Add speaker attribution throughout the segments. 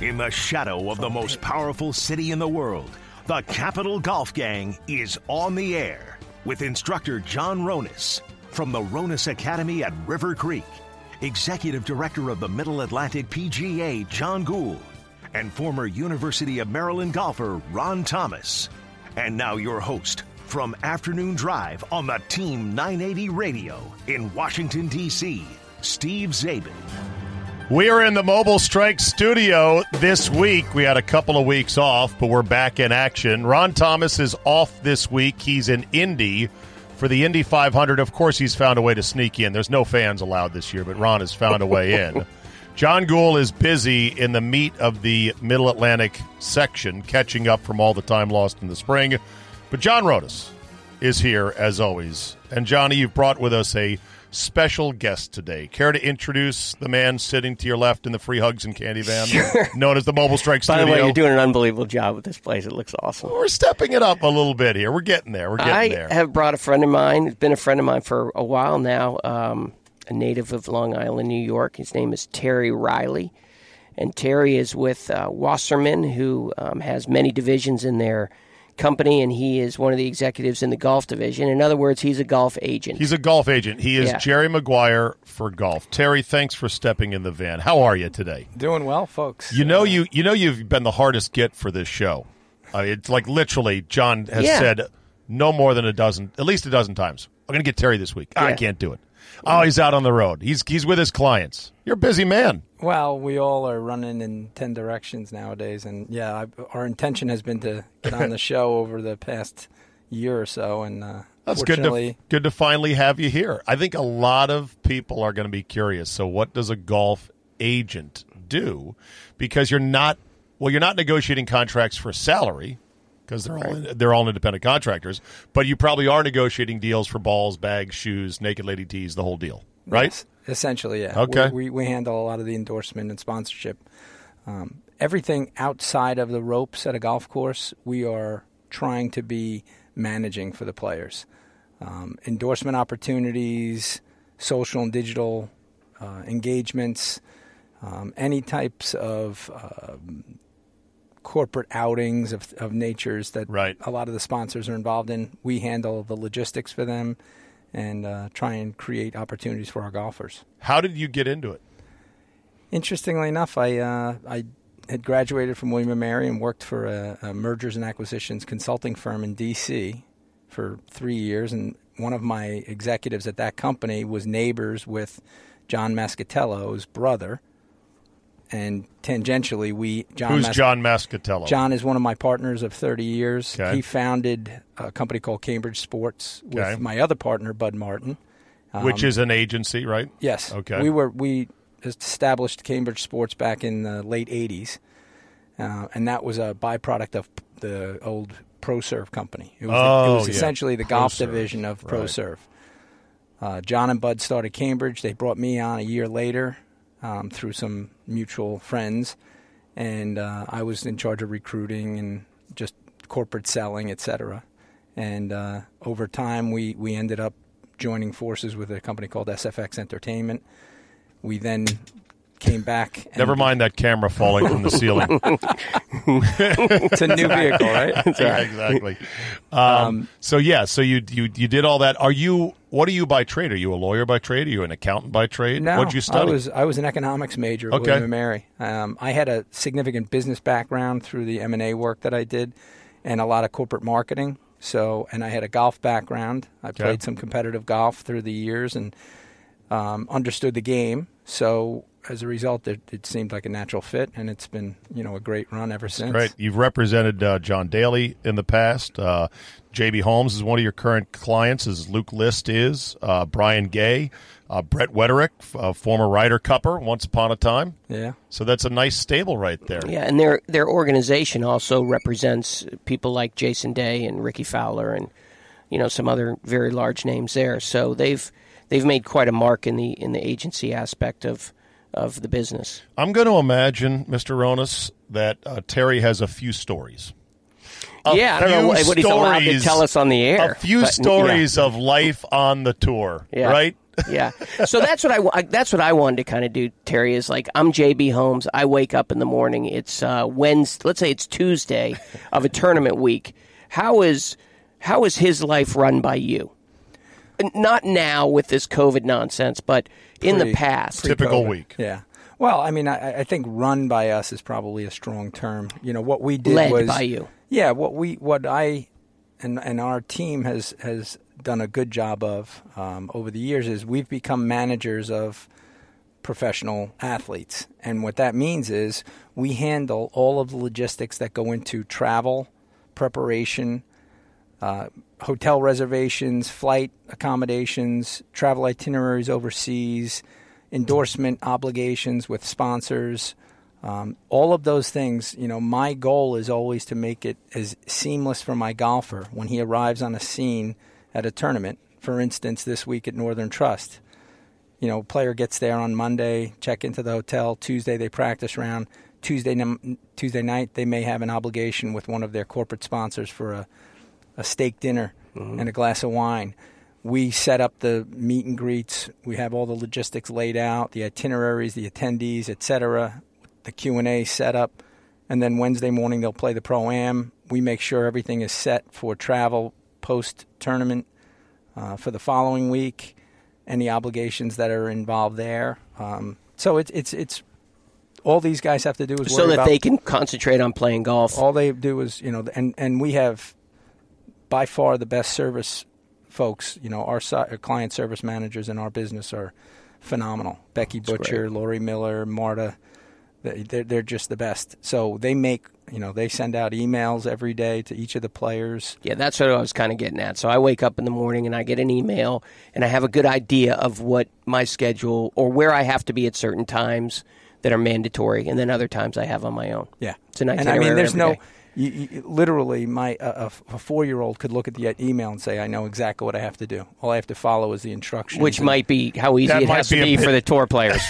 Speaker 1: In the shadow of the most powerful city in the world, the Capital Golf Gang is on the air with instructor John Ronas from the Ronas Academy at River Creek, Executive Director of the Middle Atlantic PGA, John Gould, and former University of Maryland golfer Ron Thomas. And now your host from Afternoon Drive on the Team 980 Radio in Washington, D.C., Steve Zabin.
Speaker 2: We are in the Mobile Strike studio this week. We had a couple of weeks off, but we're back in action. Ron Thomas is off this week. He's in Indy for the Indy 500. Of course, he's found a way to sneak in. There's no fans allowed this year, but Ron has found a way in. John Gould is busy in the meat of the Middle Atlantic section, catching up from all the time lost in the spring. But John Rodas is here as always. And Johnny, you've brought with us a special guest today. Care to introduce the man sitting to your left in the free hugs and candy van, known as the Mobile Strike
Speaker 3: By the
Speaker 2: Studio?
Speaker 3: way, you're doing an unbelievable job with this place. It looks awesome.
Speaker 2: We're stepping it up a little bit here. We're getting there. We're getting
Speaker 3: I
Speaker 2: there.
Speaker 3: have brought a friend of mine. It's been a friend of mine for a while now. Um, a native of Long Island, New York. His name is Terry Riley, and Terry is with uh, Wasserman, who um, has many divisions in their company, and he is one of the executives in the golf division. In other words, he's a golf agent.
Speaker 2: He's a golf agent. He is
Speaker 3: Yeah.
Speaker 2: Jerry Maguire for golf. Terry, thanks for stepping in the van. How are you today?
Speaker 4: Doing well, folks.
Speaker 2: You know you you know you've been the hardest get for this show. I mean, it's like literally John has
Speaker 3: Yeah.
Speaker 2: said no more than a dozen, at least a dozen times. I'm going to get Terry this week. I
Speaker 3: Yeah.
Speaker 2: can't do it. Oh, he's out on the road. He's he's with his clients. You're a busy man.
Speaker 4: well, we all are running in 10 directions nowadays. And yeah, I, our intention has been to get on the show over the past year or so. And uh,
Speaker 2: That's good
Speaker 4: fortunately,
Speaker 2: to good to finally have you here. I think a lot of people are going to be curious. So, what does a golf agent do? Because you're not well, you're not negotiating contracts for salary because they're all they're all independent contractors. But you probably are negotiating deals for balls, bags, shoes, naked lady tees, the whole deal, right?
Speaker 4: yes, essentially, yeah.
Speaker 2: Okay.
Speaker 4: We, we, we handle a lot of the endorsement and sponsorship. Um, everything outside of the ropes at a golf course, we are trying to be managing for the players. Um, endorsement opportunities, social and digital uh, engagements, um, any types of um, corporate outings of, of natures that
Speaker 2: Right.
Speaker 4: a lot of the sponsors are involved in. We handle the logistics for them and uh, try and create opportunities for our golfers.
Speaker 2: How did you get into it?
Speaker 4: Interestingly enough, I uh, I had graduated from William and Mary and worked for a, a mergers and acquisitions consulting firm in D.C. for three years, and one of my executives at that company was neighbors with John Mascatello's brother, and tangentially we John
Speaker 2: Who's
Speaker 4: Mas-
Speaker 2: John Mascatello?
Speaker 4: John is one of my partners of 30 years.
Speaker 2: Okay.
Speaker 4: He founded a company called Cambridge Sports with
Speaker 2: Okay.
Speaker 4: my other partner Bud Martin.
Speaker 2: which
Speaker 4: um,
Speaker 2: is an agency, right?
Speaker 4: Yes.
Speaker 2: Okay.
Speaker 4: We were we established Cambridge Sports back in the late '80s, uh, and that was a byproduct of the old ProServe company. It was,
Speaker 2: Oh,
Speaker 4: it was
Speaker 2: yeah.
Speaker 4: essentially the golf
Speaker 2: ProServe,
Speaker 4: division of
Speaker 2: right.
Speaker 4: ProServe. Uh, John and Bud started Cambridge. They brought me on a year later um, through some mutual friends, and uh, I was in charge of recruiting and just corporate selling, et cetera. And uh, over time, we, we ended up joining forces with a company called SFX Entertainment. We then came back. and-
Speaker 2: Never mind that camera falling from the ceiling.
Speaker 4: It's a new vehicle, right?
Speaker 2: Yeah, exactly. Um, so yeah, so you you you did all that. Are you what are you by trade? Are you a lawyer by trade? Are you an accountant by trade?
Speaker 4: No,
Speaker 2: What'd you study?
Speaker 4: I was I was an economics major at
Speaker 2: Okay.
Speaker 4: William and Mary. Um, I had a significant business background through the M and A work that I did, and a lot of corporate marketing. So, and I had a golf background. I played some competitive golf through the years and um, understood the game. So, as a result, it, it seemed like a natural fit, and it's been you know a great run ever since.
Speaker 2: Right. You've represented uh, John Daly in the past. Uh, JB Holmes is one of your current clients, as Luke List is. Uh, Brian Gay, uh, Brett Wetterick, f- uh, former Ryder Cupper, once upon a time.
Speaker 4: Yeah.
Speaker 2: So that's a nice stable right there.
Speaker 3: yeah, and their their organization also represents people like Jason Day and Ricky Fowler and you know some other very large names there. So they've they've made quite a mark in the in the agency aspect of of the business.
Speaker 2: I'm going to imagine, Mr. Ronas, that uh, Terry has a few stories. A
Speaker 3: yeah, I don't know
Speaker 2: few
Speaker 3: what, what he's allowed to
Speaker 2: stories-
Speaker 3: tell us on the air.
Speaker 2: A few
Speaker 3: but, you know.
Speaker 2: stories of life on the tour,
Speaker 3: Yeah.
Speaker 2: right?
Speaker 3: yeah. So that's what I wa- that's what I wanted to kind of do. Terry is like I'm JB Holmes. I wake up in the morning. It's uh, Wednesday. Let's say it's Tuesday of a tournament week. How is how is his life run by you? N- Not now with this COVID nonsense, but in the
Speaker 4: Pre-
Speaker 3: past.
Speaker 2: Typical
Speaker 4: COVID.
Speaker 2: week.
Speaker 4: Yeah. Well, I mean, I, I think "run by us" is probably a strong term. You know, what we did
Speaker 3: Led
Speaker 4: was
Speaker 3: by you.
Speaker 4: Yeah, what we, what I, and and our team has has done a good job of um, over the years is we've become managers of professional athletes, and what that means is we handle all of the logistics that go into travel, preparation, uh, hotel reservations, flight accommodations, travel itineraries overseas, endorsement obligations with sponsors. Um, all of those things, you know, my goal is always to make it as seamless for my golfer when he arrives on a scene at a tournament. For instance, this week at Northern Trust, you know, player gets there on Monday, check into the hotel. Tuesday they practice round. Tuesday num- Tuesday night they may have an obligation with one of their corporate sponsors for a, a steak dinner
Speaker 3: Mm-hmm.
Speaker 4: and a glass of wine. We set up the meet and greets. We have all the logistics laid out, the itineraries, the attendees, etc. The Q and A set up, and then Wednesday morning they'll play the pro am. We make sure everything is set for travel post tournament uh, for the following week, any obligations that are involved there. Um, so it's it's it's all these guys have to do is
Speaker 3: so
Speaker 4: worry
Speaker 3: that
Speaker 4: about
Speaker 3: they can concentrate on playing golf.
Speaker 4: all they do is you know and and we have by far the best service folks you know our, si- our client service managers in our business are phenomenal becky butcher lori miller marta they- they're, they're just the best so they make you know they send out emails every day to each of the players
Speaker 3: Yeah, that's what I was kind of getting at. So I wake up in the morning and I get an email and I have a good idea of what my schedule or where I have to be at certain times that are mandatory, and then other times I have on my own.
Speaker 4: Yeah,
Speaker 3: it's an
Speaker 4: and
Speaker 3: itinerary.
Speaker 4: I mean, there's
Speaker 3: every
Speaker 4: no.
Speaker 3: day.
Speaker 4: You, you, literally, my uh, a, a four-year-old could look at the e-, email and say, "I know exactly what I have to do. All I have to follow is the instructions."
Speaker 3: which
Speaker 4: And-
Speaker 3: might be how easy
Speaker 2: That
Speaker 3: it
Speaker 2: might
Speaker 3: has to
Speaker 2: be a
Speaker 3: be
Speaker 2: bit-
Speaker 3: for the tour players.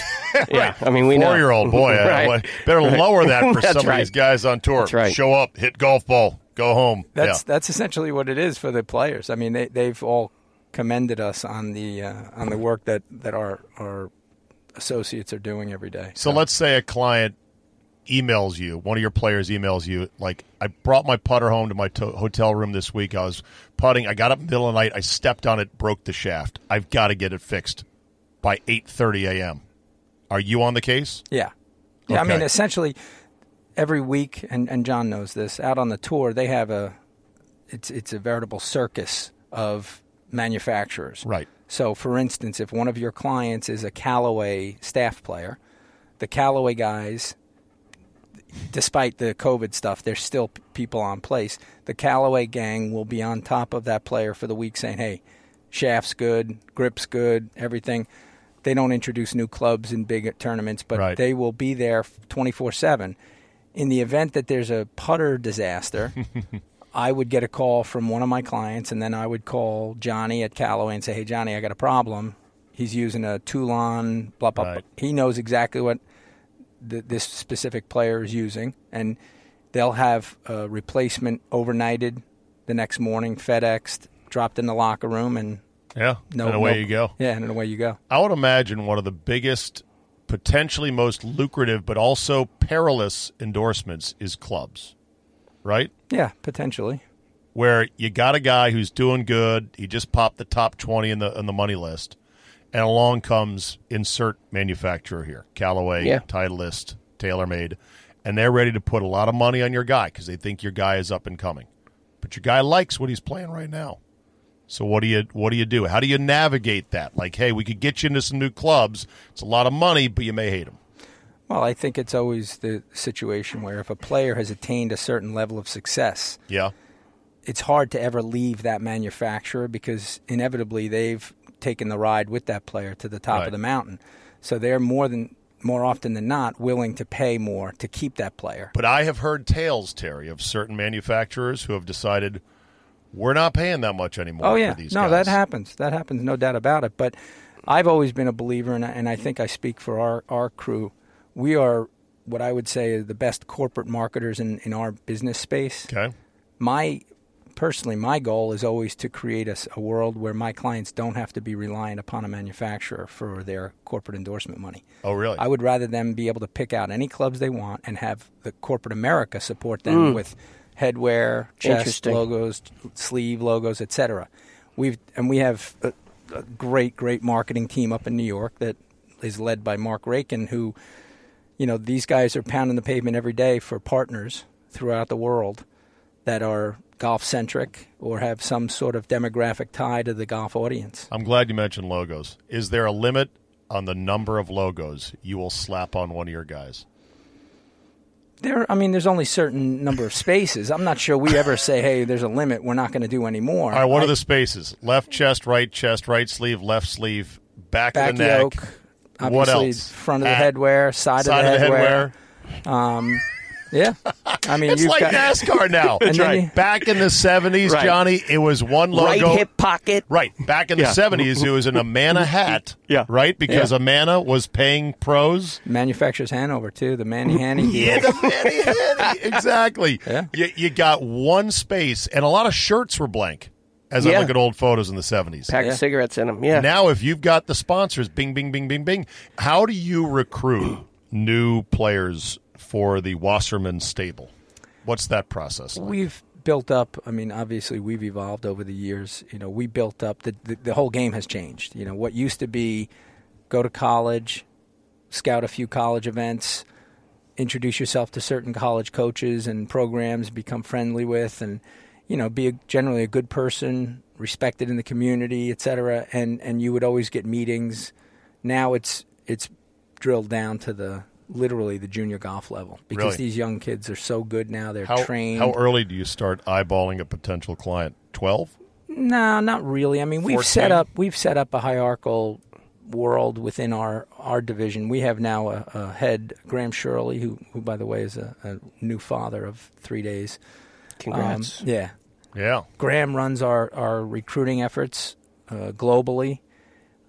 Speaker 3: yeah, I mean we know
Speaker 2: Four year old boy.
Speaker 4: uh,
Speaker 2: I-
Speaker 3: Right.
Speaker 2: Better lower that for
Speaker 3: That's
Speaker 2: some of
Speaker 3: right.
Speaker 2: these guys on tour.
Speaker 3: That's right.
Speaker 2: Show up, hit golf ball, go home.
Speaker 4: That's
Speaker 2: yeah.
Speaker 4: that's essentially what it is for the players. I mean, they they've all commended us on the uh, on the work that that our our associates are doing every day.
Speaker 2: So let's say a client emails you, one of your players emails you, like, I brought my putter home to my to- hotel room this week. I was putting. I got up in the middle of the night. I stepped on it, broke the shaft. I've got to get it fixed by 8.30 a.m. Are you on the case?
Speaker 4: Yeah. Yeah, I mean,
Speaker 2: Okay.
Speaker 4: essentially, every week, and, and John knows this, out on the tour, they have a, it's, it's a veritable circus of manufacturers.
Speaker 2: Right.
Speaker 4: So, for instance, if one of your clients is a Callaway staff player, the Callaway guys, despite the COVID stuff, there's still p- people on place. The Callaway gang will be on top of that player for the week saying, hey, shaft's good, grip's good, everything. They don't introduce new clubs in big tournaments, but
Speaker 2: Right.
Speaker 4: they will be there 24 7. In the event that there's a putter disaster, I would get a call from one of my clients, and then I would call Johnny at Callaway and say, "Hey, Johnny, I got a problem. He's using a Toulon, blah blah."
Speaker 2: Right.
Speaker 4: blah. He knows exactly what th- this specific player is using, and they'll have a replacement overnighted the next morning, FedExed, dropped in the locker room, and
Speaker 2: Yeah.
Speaker 4: no,
Speaker 2: and away
Speaker 4: no-
Speaker 2: you go.
Speaker 4: Yeah, and away you go.
Speaker 2: I would imagine one of the biggest, potentially most lucrative, but also perilous endorsements is clubs, right?
Speaker 4: Yeah, potentially.
Speaker 2: Where you got a guy who's doing good, he just popped the top twenty in the on the money list, and along comes insert manufacturer here, Callaway,
Speaker 3: Yeah.
Speaker 2: Titleist, TaylorMade, and they're ready to put a lot of money on your guy because they think your guy is up and coming, but your guy likes what he's playing right now. So what do you what do you do? How do you navigate that? Like, hey, we could get you into some new clubs. It's a lot of money, but you may hate them.
Speaker 4: Well, I think it's always the situation where if a player has attained a certain level of success,
Speaker 2: Yeah,
Speaker 4: it's hard to ever leave that manufacturer because inevitably they've taken the ride with that player to the top
Speaker 2: Right.
Speaker 4: of the mountain. So they're more than more often than not willing to pay more to keep that player.
Speaker 2: But I have heard tales, Terry, of certain manufacturers who have decided we're not paying that much anymore.
Speaker 4: Oh yeah,
Speaker 2: for these
Speaker 4: no,
Speaker 2: guys.
Speaker 4: that happens. That happens, no doubt about it. But I've always been a believer, and I, and I think I speak for our our crew. We are what I would say are the best corporate marketers in in our business space.
Speaker 2: Okay,
Speaker 4: my personally, my goal is always to create a, s- a world where my clients don't have to be reliant upon a manufacturer for their corporate endorsement money.
Speaker 2: Oh, really?
Speaker 4: I would rather them be able to pick out any clubs they want and have the corporate America support them with headwear, chest
Speaker 3: Interesting.
Speaker 4: logos, sleeve logos, etc. We've and we have a, a great, great marketing team up in New York that is led by Mark Rakin, who, you know, these guys are pounding the pavement every day for partners throughout the world that are golf centric or have some sort of demographic tie to the golf audience.
Speaker 2: I'm glad you mentioned logos. Is there a limit on the number of logos you will slap on one of your guys?
Speaker 4: There, I mean, there's only certain number of spaces. I'm not sure we ever say, "Hey, there's a limit. We're not going to do any more."
Speaker 2: All right, what are the spaces? Left chest, right chest, right sleeve, left sleeve, back,
Speaker 4: back
Speaker 2: of the neck.
Speaker 4: yoke, obviously,
Speaker 2: What else?
Speaker 4: front of the
Speaker 2: Hat.
Speaker 4: headwear, side,
Speaker 2: Side
Speaker 4: of the headwear.
Speaker 2: headwear.
Speaker 4: Yeah, I mean,
Speaker 2: It's
Speaker 4: you've
Speaker 2: like
Speaker 4: got
Speaker 2: NASCAR now.
Speaker 4: That's right. you-
Speaker 2: Back in the 70s,
Speaker 3: Right.
Speaker 2: Johnny, it was one
Speaker 3: right
Speaker 2: logo.
Speaker 3: hip pocket.
Speaker 2: Right. Back in the
Speaker 5: Yeah.
Speaker 2: 70s, it was an Amana hat.
Speaker 5: Yeah.
Speaker 2: Right? Because
Speaker 4: Yeah.
Speaker 2: Amana was paying pros.
Speaker 4: manufacturers Hanover too. The Manny Hanny.
Speaker 2: Yeah, the Manny Hanny. Exactly.
Speaker 4: Yeah.
Speaker 2: You, you got one space, and a lot of shirts were blank as I
Speaker 3: Yeah.
Speaker 2: look at old photos in the 70s.
Speaker 3: Pack
Speaker 4: Yeah.
Speaker 3: of cigarettes in them. Yeah.
Speaker 2: Now, if you've got the sponsors, bing, bing, bing, bing, bing, how do you recruit new players for the Wasserman stable? What's that process? like?
Speaker 4: We've built up. I mean, obviously, we've evolved over the years. You know, we built up. The, the the whole game has changed. You know, what used to be go to college, scout a few college events, introduce yourself to certain college coaches and programs, become friendly with, and you know, be a, generally a good person, respected in the community, et cetera. And and you would always get meetings. Now it's it's drilled down to the literally the junior golf level because
Speaker 2: Really?
Speaker 4: these young kids are so good now. They're
Speaker 2: How,
Speaker 4: trained.
Speaker 2: how early do you start eyeballing a potential client? 12?
Speaker 4: No, not really. I mean, we've
Speaker 2: 14?
Speaker 4: set up we've set up a hierarchical world within our our division. We have now a, a head Graham Shirley, who who by the way is a, a new father of three days. Um,
Speaker 3: Congrats.
Speaker 4: yeah,
Speaker 2: Yeah.
Speaker 4: Graham runs our our recruiting efforts uh, globally,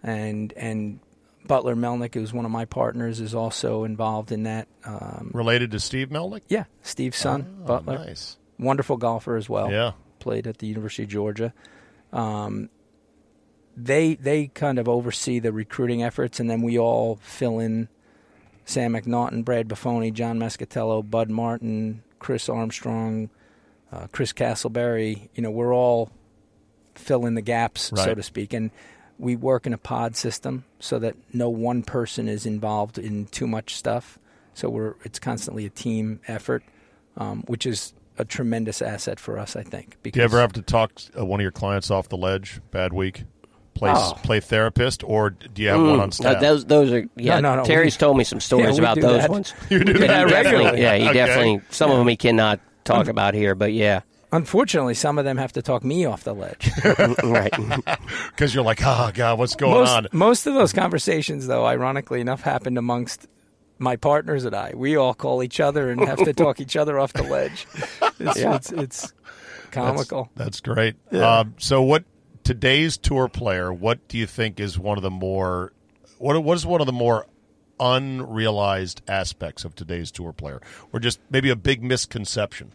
Speaker 4: and and Butler Melnick, who's one of my partners, is also involved in that. Um,
Speaker 2: Related to Steve Melnick?
Speaker 4: yeah, Steve's son
Speaker 2: Oh,
Speaker 4: Butler,
Speaker 2: Nice.
Speaker 4: wonderful golfer as well
Speaker 2: Yeah.
Speaker 4: played at the University of Georgia. Um, they they kind of oversee the recruiting efforts, and then we all fill in. Sam McNaughton, Brad Buffoni, John Mescatello, Bud Martin, Chris Armstrong, uh, Chris Castleberry. You know, we're all fill in the gaps, so
Speaker 2: Right.
Speaker 4: to speak, and we work in a pod system so that no one person is involved in too much stuff. So we're it's constantly a team effort, um, which is a tremendous asset for us, I think. Because
Speaker 2: Do you ever have to talk uh, one of your clients off the ledge? Bad week? Play,
Speaker 4: Oh.
Speaker 2: play therapist? Or do you have
Speaker 3: Mm.
Speaker 2: one on
Speaker 3: Uh,
Speaker 2: staff?
Speaker 3: those, those are yeah.
Speaker 4: um, No, no, no,
Speaker 3: Terry's
Speaker 4: we-
Speaker 3: told me some
Speaker 4: Yeah,
Speaker 3: stories
Speaker 4: we
Speaker 3: about
Speaker 4: do
Speaker 3: those
Speaker 4: that.
Speaker 3: ones.
Speaker 2: You do
Speaker 3: But
Speaker 2: that
Speaker 3: he
Speaker 4: regularly. Mm.
Speaker 3: definitely, yeah, he
Speaker 2: Okay.
Speaker 3: definitely. Some of them he cannot talk about here, but yeah,
Speaker 4: Unfortunately, some of them have to talk me off the ledge.
Speaker 3: right.
Speaker 2: Because you're like, oh, God, what's going
Speaker 4: most,
Speaker 2: on?
Speaker 4: most of those conversations, though, ironically enough, happened amongst my partners and I. We all call each other and have to talk each other off the ledge. It's, it's, it's comical.
Speaker 2: That's great. Um, so, what today's tour player? What do you think is one of the more what what is one of the more unrealized aspects of today's tour player, or just maybe a big misconception?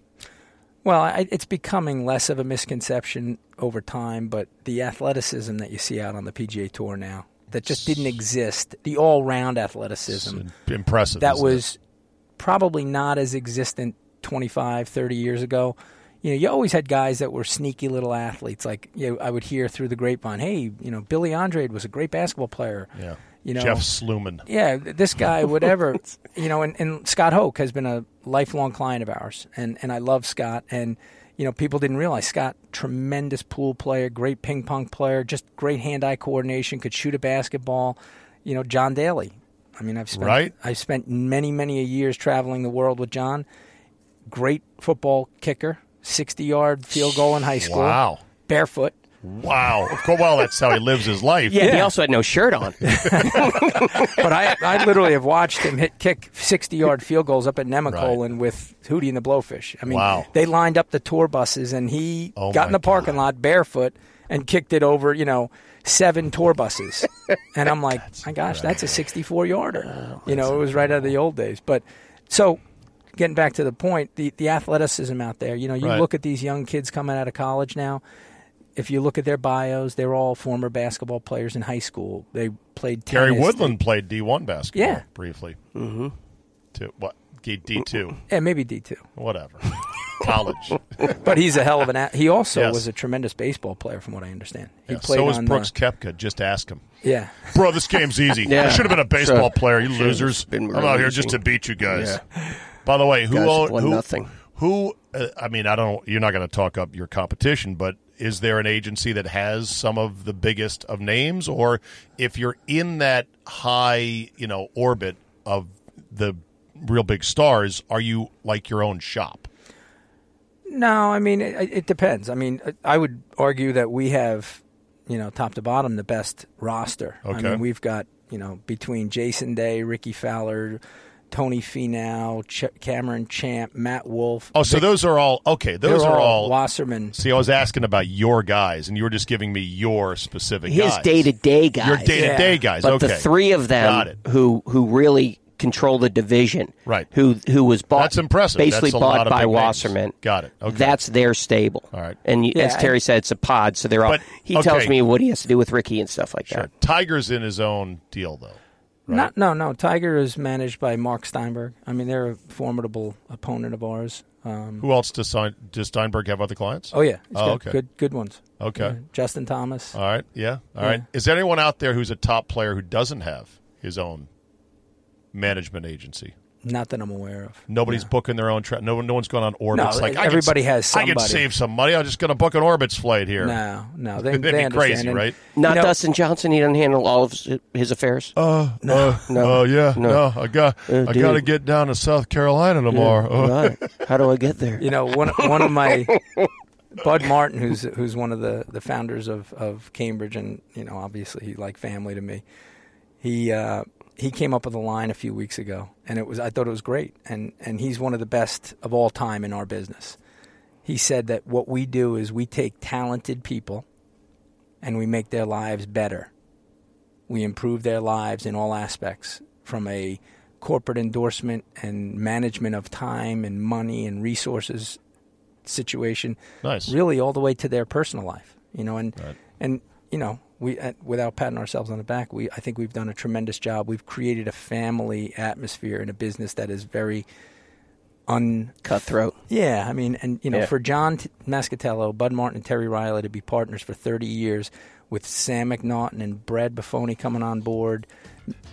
Speaker 4: Well, I, it's becoming less of a misconception over time, but the athleticism that you see out on the PGA Tour now that just didn't exist, the all round athleticism.
Speaker 2: Impressive.
Speaker 4: that
Speaker 2: isn't it?
Speaker 4: was probably not as existent 25, 30 years ago. You know, you always had guys that were sneaky little athletes. Like, you know, I would hear through the grapevine, hey, you know, Billy Andrade was a great basketball player.
Speaker 2: yeah.
Speaker 4: You know,
Speaker 2: Jeff Sluman.
Speaker 4: yeah, th- this guy, whatever, you know, and, and Scott Hoke has been a lifelong client of ours, and and I love Scott, and you know, people didn't realize Scott, tremendous pool player, great ping pong player, just great hand eye coordination, could shoot a basketball, you know, John Daly. I mean, I've spent
Speaker 2: Right.
Speaker 4: I've spent many many years traveling the world with John. Great football kicker, sixty yard field goal in high school,
Speaker 2: Wow.
Speaker 4: barefoot.
Speaker 2: Wow. Of course, well, that's how he lives his life.
Speaker 3: Yeah, he
Speaker 4: Yeah.
Speaker 3: also had no shirt on.
Speaker 4: but I, I literally have watched him hit kick 60 yard field goals up at Nemacolin
Speaker 2: Right.
Speaker 4: with Hootie and the Blowfish. I mean,
Speaker 2: Wow.
Speaker 4: they lined up the tour buses and he
Speaker 2: Oh
Speaker 4: got
Speaker 2: my
Speaker 4: in the parking
Speaker 2: God.
Speaker 4: lot barefoot and kicked it over, you know, seven tour buses. and I'm
Speaker 2: Oh,
Speaker 4: like, my gosh, that's a 64 yarder. you know, it was right out of the old days. But so getting back to the point, the, the athleticism out there. You know, you
Speaker 2: Right.
Speaker 4: look at these young kids coming out of college now. If you look at their bios, they're all former basketball players in high school. They played tennis.
Speaker 2: Gary Woodland played D one basketball
Speaker 4: Yeah.
Speaker 2: briefly. Mm-hmm. To what D two,
Speaker 4: Yeah, maybe D two.
Speaker 2: whatever. College.
Speaker 4: But he's a hell of an. At- he also
Speaker 2: Yes.
Speaker 4: was a tremendous baseball player, from what I understand. He
Speaker 2: Yeah,
Speaker 4: played
Speaker 2: so was
Speaker 4: on
Speaker 2: Brooks
Speaker 4: The,
Speaker 2: Kepka. Just ask him.
Speaker 4: yeah,
Speaker 2: Bro, this game's easy.
Speaker 3: Yeah.
Speaker 2: I should have been a baseball
Speaker 3: Sure.
Speaker 2: player, you losers.
Speaker 3: been
Speaker 2: I'm out
Speaker 3: really
Speaker 2: here
Speaker 3: easy.
Speaker 2: just to beat you guys. By the way, who
Speaker 3: Guys have
Speaker 2: owned
Speaker 3: won
Speaker 2: who,
Speaker 3: nothing.
Speaker 2: Who uh, I mean, I don't you're not going to talk up your competition, but is there an agency that has some of the biggest of names or if you're in that high, you know, orbit of the real big stars, are you like your own shop?
Speaker 4: No, I mean it, it depends. I mean, I would argue that we have, you know, top to bottom, the best roster. I
Speaker 2: Okay.
Speaker 4: mean, we've got you know between Jason Day, Ricky Fowler, Tony Finau, Ch- Cameron Champ, Matt Wolf.
Speaker 2: Oh, so those are all okay, those
Speaker 4: they're
Speaker 2: are
Speaker 4: all
Speaker 2: all
Speaker 4: Wasserman.
Speaker 2: See, I was asking about your guys and you were just giving me your specific
Speaker 3: His
Speaker 2: guys.
Speaker 3: day to day guys.
Speaker 2: Your day-to-day guys.
Speaker 3: But
Speaker 2: okay.
Speaker 3: the three of
Speaker 2: Got
Speaker 3: them
Speaker 2: it.
Speaker 3: who who really control the division,
Speaker 2: Right.
Speaker 3: Who who was bought?
Speaker 2: That's impressive.
Speaker 3: Basically
Speaker 2: That's a lot
Speaker 3: bought
Speaker 2: of
Speaker 3: by
Speaker 2: big names.
Speaker 3: Wasserman.
Speaker 2: Got it. Okay.
Speaker 3: That's their stable.
Speaker 2: All right.
Speaker 3: And you,
Speaker 4: Yeah,
Speaker 3: as Terry
Speaker 4: I-
Speaker 3: said, it's a pod, so they're all.
Speaker 2: But,
Speaker 3: he tells
Speaker 2: okay.
Speaker 3: me what he has to do with Ricky and stuff like that.
Speaker 2: Sure. Tiger's in his own deal though.
Speaker 4: Not, no, no. Tiger is managed by Mark Steinberg. I mean, they're a formidable opponent of ours. Um,
Speaker 2: Who else does, Stein, does Steinberg have other clients?
Speaker 4: oh yeah, it's
Speaker 2: Oh,
Speaker 4: got
Speaker 2: okay. Oh,
Speaker 4: good, good ones.
Speaker 2: Okay. Uh,
Speaker 4: Yeah, Justin Thomas.
Speaker 2: All right. Yeah. All right. Is there anyone out there who's a top player who doesn't have his own management agency?
Speaker 4: not that I'm aware of.
Speaker 2: Nobody's booking their own. Tra- no, one- no one's going on orbits.
Speaker 4: No,
Speaker 2: like I
Speaker 4: everybody
Speaker 2: could,
Speaker 4: has
Speaker 2: I could
Speaker 4: somebody.
Speaker 2: save some money. I'm just going to book an orbits flight here.
Speaker 4: No, no, they,
Speaker 2: That'd
Speaker 4: they
Speaker 2: be
Speaker 4: understand.
Speaker 2: crazy,
Speaker 4: And,
Speaker 2: right?
Speaker 4: you
Speaker 3: Not
Speaker 4: know,
Speaker 3: Dustin Johnson. He doesn't handle all of his, his affairs.
Speaker 2: Uh, no. Uh,
Speaker 3: No.
Speaker 2: uh, yeah.
Speaker 3: No.
Speaker 2: I got.
Speaker 3: Uh,
Speaker 2: I got to
Speaker 3: dude.
Speaker 2: get down to South Carolina tomorrow. Uh,
Speaker 3: Right. How do I get there?
Speaker 4: you know one one of my Bud Martin, who's who's one of the, the founders of, of Cambridge, and you know obviously he's like family to me. He uh, he came up with a line a few weeks ago, and it was I thought it was great, and and he's one of the best of all time in our business. He said that what we do is we take talented people, and we make their lives better. We improve their lives in all aspects from a corporate endorsement and management of time and money and resources situation
Speaker 2: Nice.
Speaker 4: really all the way to their personal life you know and and you know we uh, without patting ourselves on the back we I think we've done a tremendous job we've created a family atmosphere in a business that is very un
Speaker 3: Cutthroat.
Speaker 4: yeah, I mean, and you know,
Speaker 3: Yeah.
Speaker 4: for John T- Mascatello, Bud Martin, and Terry Riley to be partners for 30 years, with Sam McNaughton and Brad Buffoni coming on board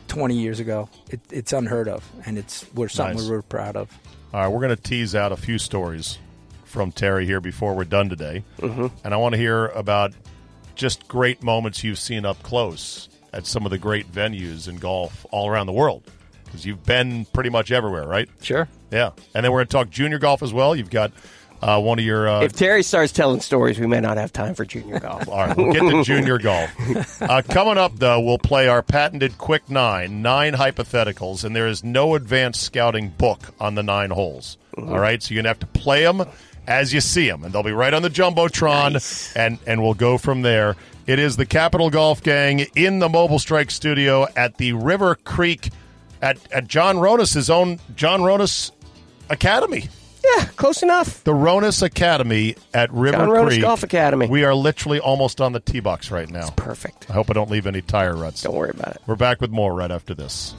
Speaker 4: 20 years ago, it, it's unheard of, and it's we're something
Speaker 2: Nice.
Speaker 4: we're proud of.
Speaker 2: All right, we're going to tease out a few stories from Terry here before we're done today. Mm-hmm. And I want to hear about just great moments you've seen up close at some of the great venues in golf all around the world. Because you've been pretty much everywhere, right?
Speaker 4: Sure.
Speaker 2: Yeah. And then we're going to talk junior golf as well. You've got uh, one of your. Uh,
Speaker 3: If Terry starts telling stories, we may not have time for junior golf.
Speaker 2: all right, we'll get to junior golf. Uh, coming up, though, we'll play our patented quick nine, nine hypotheticals, and there is no advanced scouting book on the nine holes. All right, so you're gonna have to play them as you see them, and they'll be right on the jumbotron, and and we'll go from there. It is the Capital Golf Gang in the Mobile Strike Studio at the River Creek, at at John Ronas' own John Ronas Academy
Speaker 3: yeah, close enough.
Speaker 2: the Ronas Academy at River
Speaker 3: John Ronas
Speaker 2: Creek
Speaker 3: Golf Academy.
Speaker 2: We are literally almost on the tee box right now.
Speaker 3: Perfect.
Speaker 2: I hope I don't leave any tire ruts.
Speaker 3: Don't worry about it.
Speaker 2: We're back with more right after this.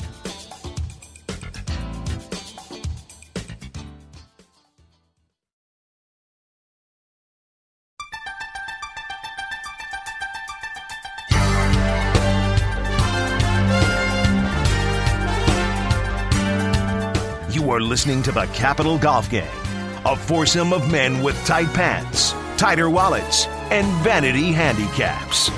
Speaker 1: You are listening to the Capital Golf Gang, a foursome of men with tight pants, tighter wallets, and vanity handicaps.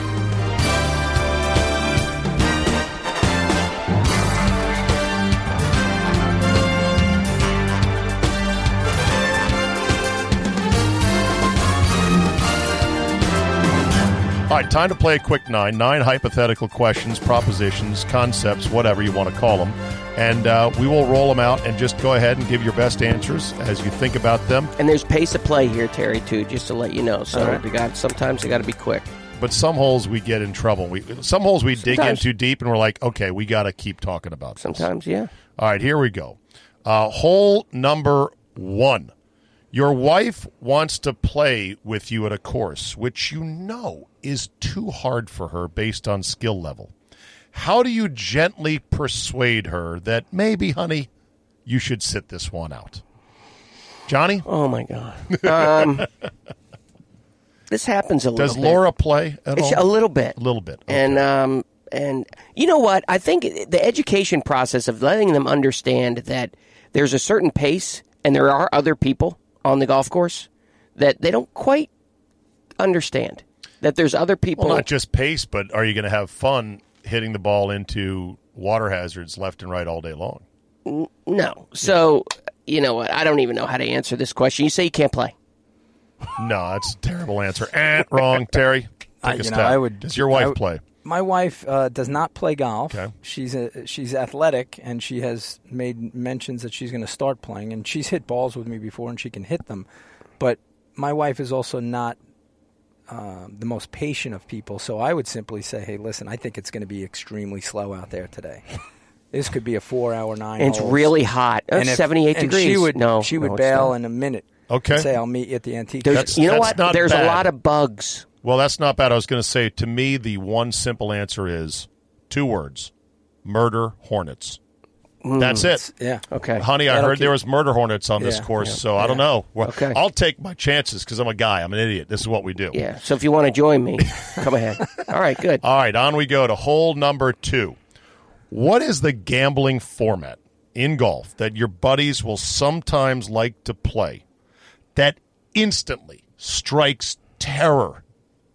Speaker 2: All right, time to play a quick nine. Nine hypothetical questions, propositions, concepts, whatever you want to call them. And uh, we will roll them out and just go ahead and give your best answers as you think about them.
Speaker 3: And there's pace of play here, Terry, too, just to let you know. So
Speaker 4: All right.
Speaker 3: we got sometimes you got to be quick.
Speaker 2: But some holes we get in trouble. We Some holes we dig in
Speaker 3: Sometimes.
Speaker 2: too deep and we're like, okay, we got to keep talking about this.
Speaker 3: Sometimes, yeah.
Speaker 2: All right, here we go. Uh, hole number one. Your wife wants to play with you at a course, which you know is too hard for her based on skill level. How do you gently persuade her that maybe, honey, you should sit this one out? Johnny,
Speaker 3: Oh my god. Um, this happens a little.
Speaker 2: does
Speaker 3: bit.
Speaker 2: Laura play at
Speaker 3: It's a
Speaker 2: all?
Speaker 3: little bit.
Speaker 2: A little bit.
Speaker 3: And um and you know what? I think the education process of letting them understand that there's a certain pace and there are other people on the golf course that they don't quite understand that there's other people
Speaker 2: Well, not just pace, but are you going to have fun hitting the ball into water hazards left and right all day long?
Speaker 3: no. So, you know what? I don't even know how to answer this question. You say you can't play.
Speaker 2: No, that's a terrible answer. Eh, wrong, Terry. Take
Speaker 4: I-
Speaker 2: a
Speaker 4: you know,
Speaker 2: step.
Speaker 4: I would-
Speaker 2: Does your
Speaker 4: I
Speaker 2: wife
Speaker 4: would-
Speaker 2: play?
Speaker 4: My wife uh, does not play golf.
Speaker 2: Okay.
Speaker 4: She's a, she's athletic, and she has made mentions that she's going to start playing. And she's hit balls with me before, and she can hit them. But my wife is also not uh, the most patient of people. So I would simply say, "Hey, listen, I think it's going to be extremely slow out there today. this could be a four-hour nine.
Speaker 3: And it's
Speaker 4: holes."
Speaker 3: really hot. That's
Speaker 4: if-
Speaker 3: 78
Speaker 4: and
Speaker 3: degrees.
Speaker 4: She would
Speaker 3: no.
Speaker 4: she would
Speaker 3: no, it's
Speaker 4: bail
Speaker 3: not.
Speaker 4: in a minute.
Speaker 2: Okay.
Speaker 4: and say I'll meet you at the antique.
Speaker 3: There's-
Speaker 4: shop."
Speaker 2: That's-
Speaker 3: you know
Speaker 2: that's
Speaker 3: what?
Speaker 2: not
Speaker 3: There's
Speaker 2: bad.
Speaker 3: a lot of bugs.
Speaker 2: Well, that's not bad. I was going to say, to me, the one simple answer is two words murder hornets. That's it.
Speaker 4: yeah.
Speaker 3: Okay.
Speaker 2: Honey, I
Speaker 4: Mm. That'll
Speaker 2: heard there
Speaker 4: keep-
Speaker 2: was murder hornets on this
Speaker 4: Yeah.
Speaker 2: course, so I don't know. Well,
Speaker 3: Okay.
Speaker 2: I'll take my chances because I'm a guy. I'm an idiot. This is what we do.
Speaker 3: Yeah. So if you want to join me, come ahead. All right,
Speaker 4: Uh-
Speaker 3: good.
Speaker 2: All right, on we go to hole number two. What is the gambling format in golf that your buddies will sometimes like to play that instantly strikes terror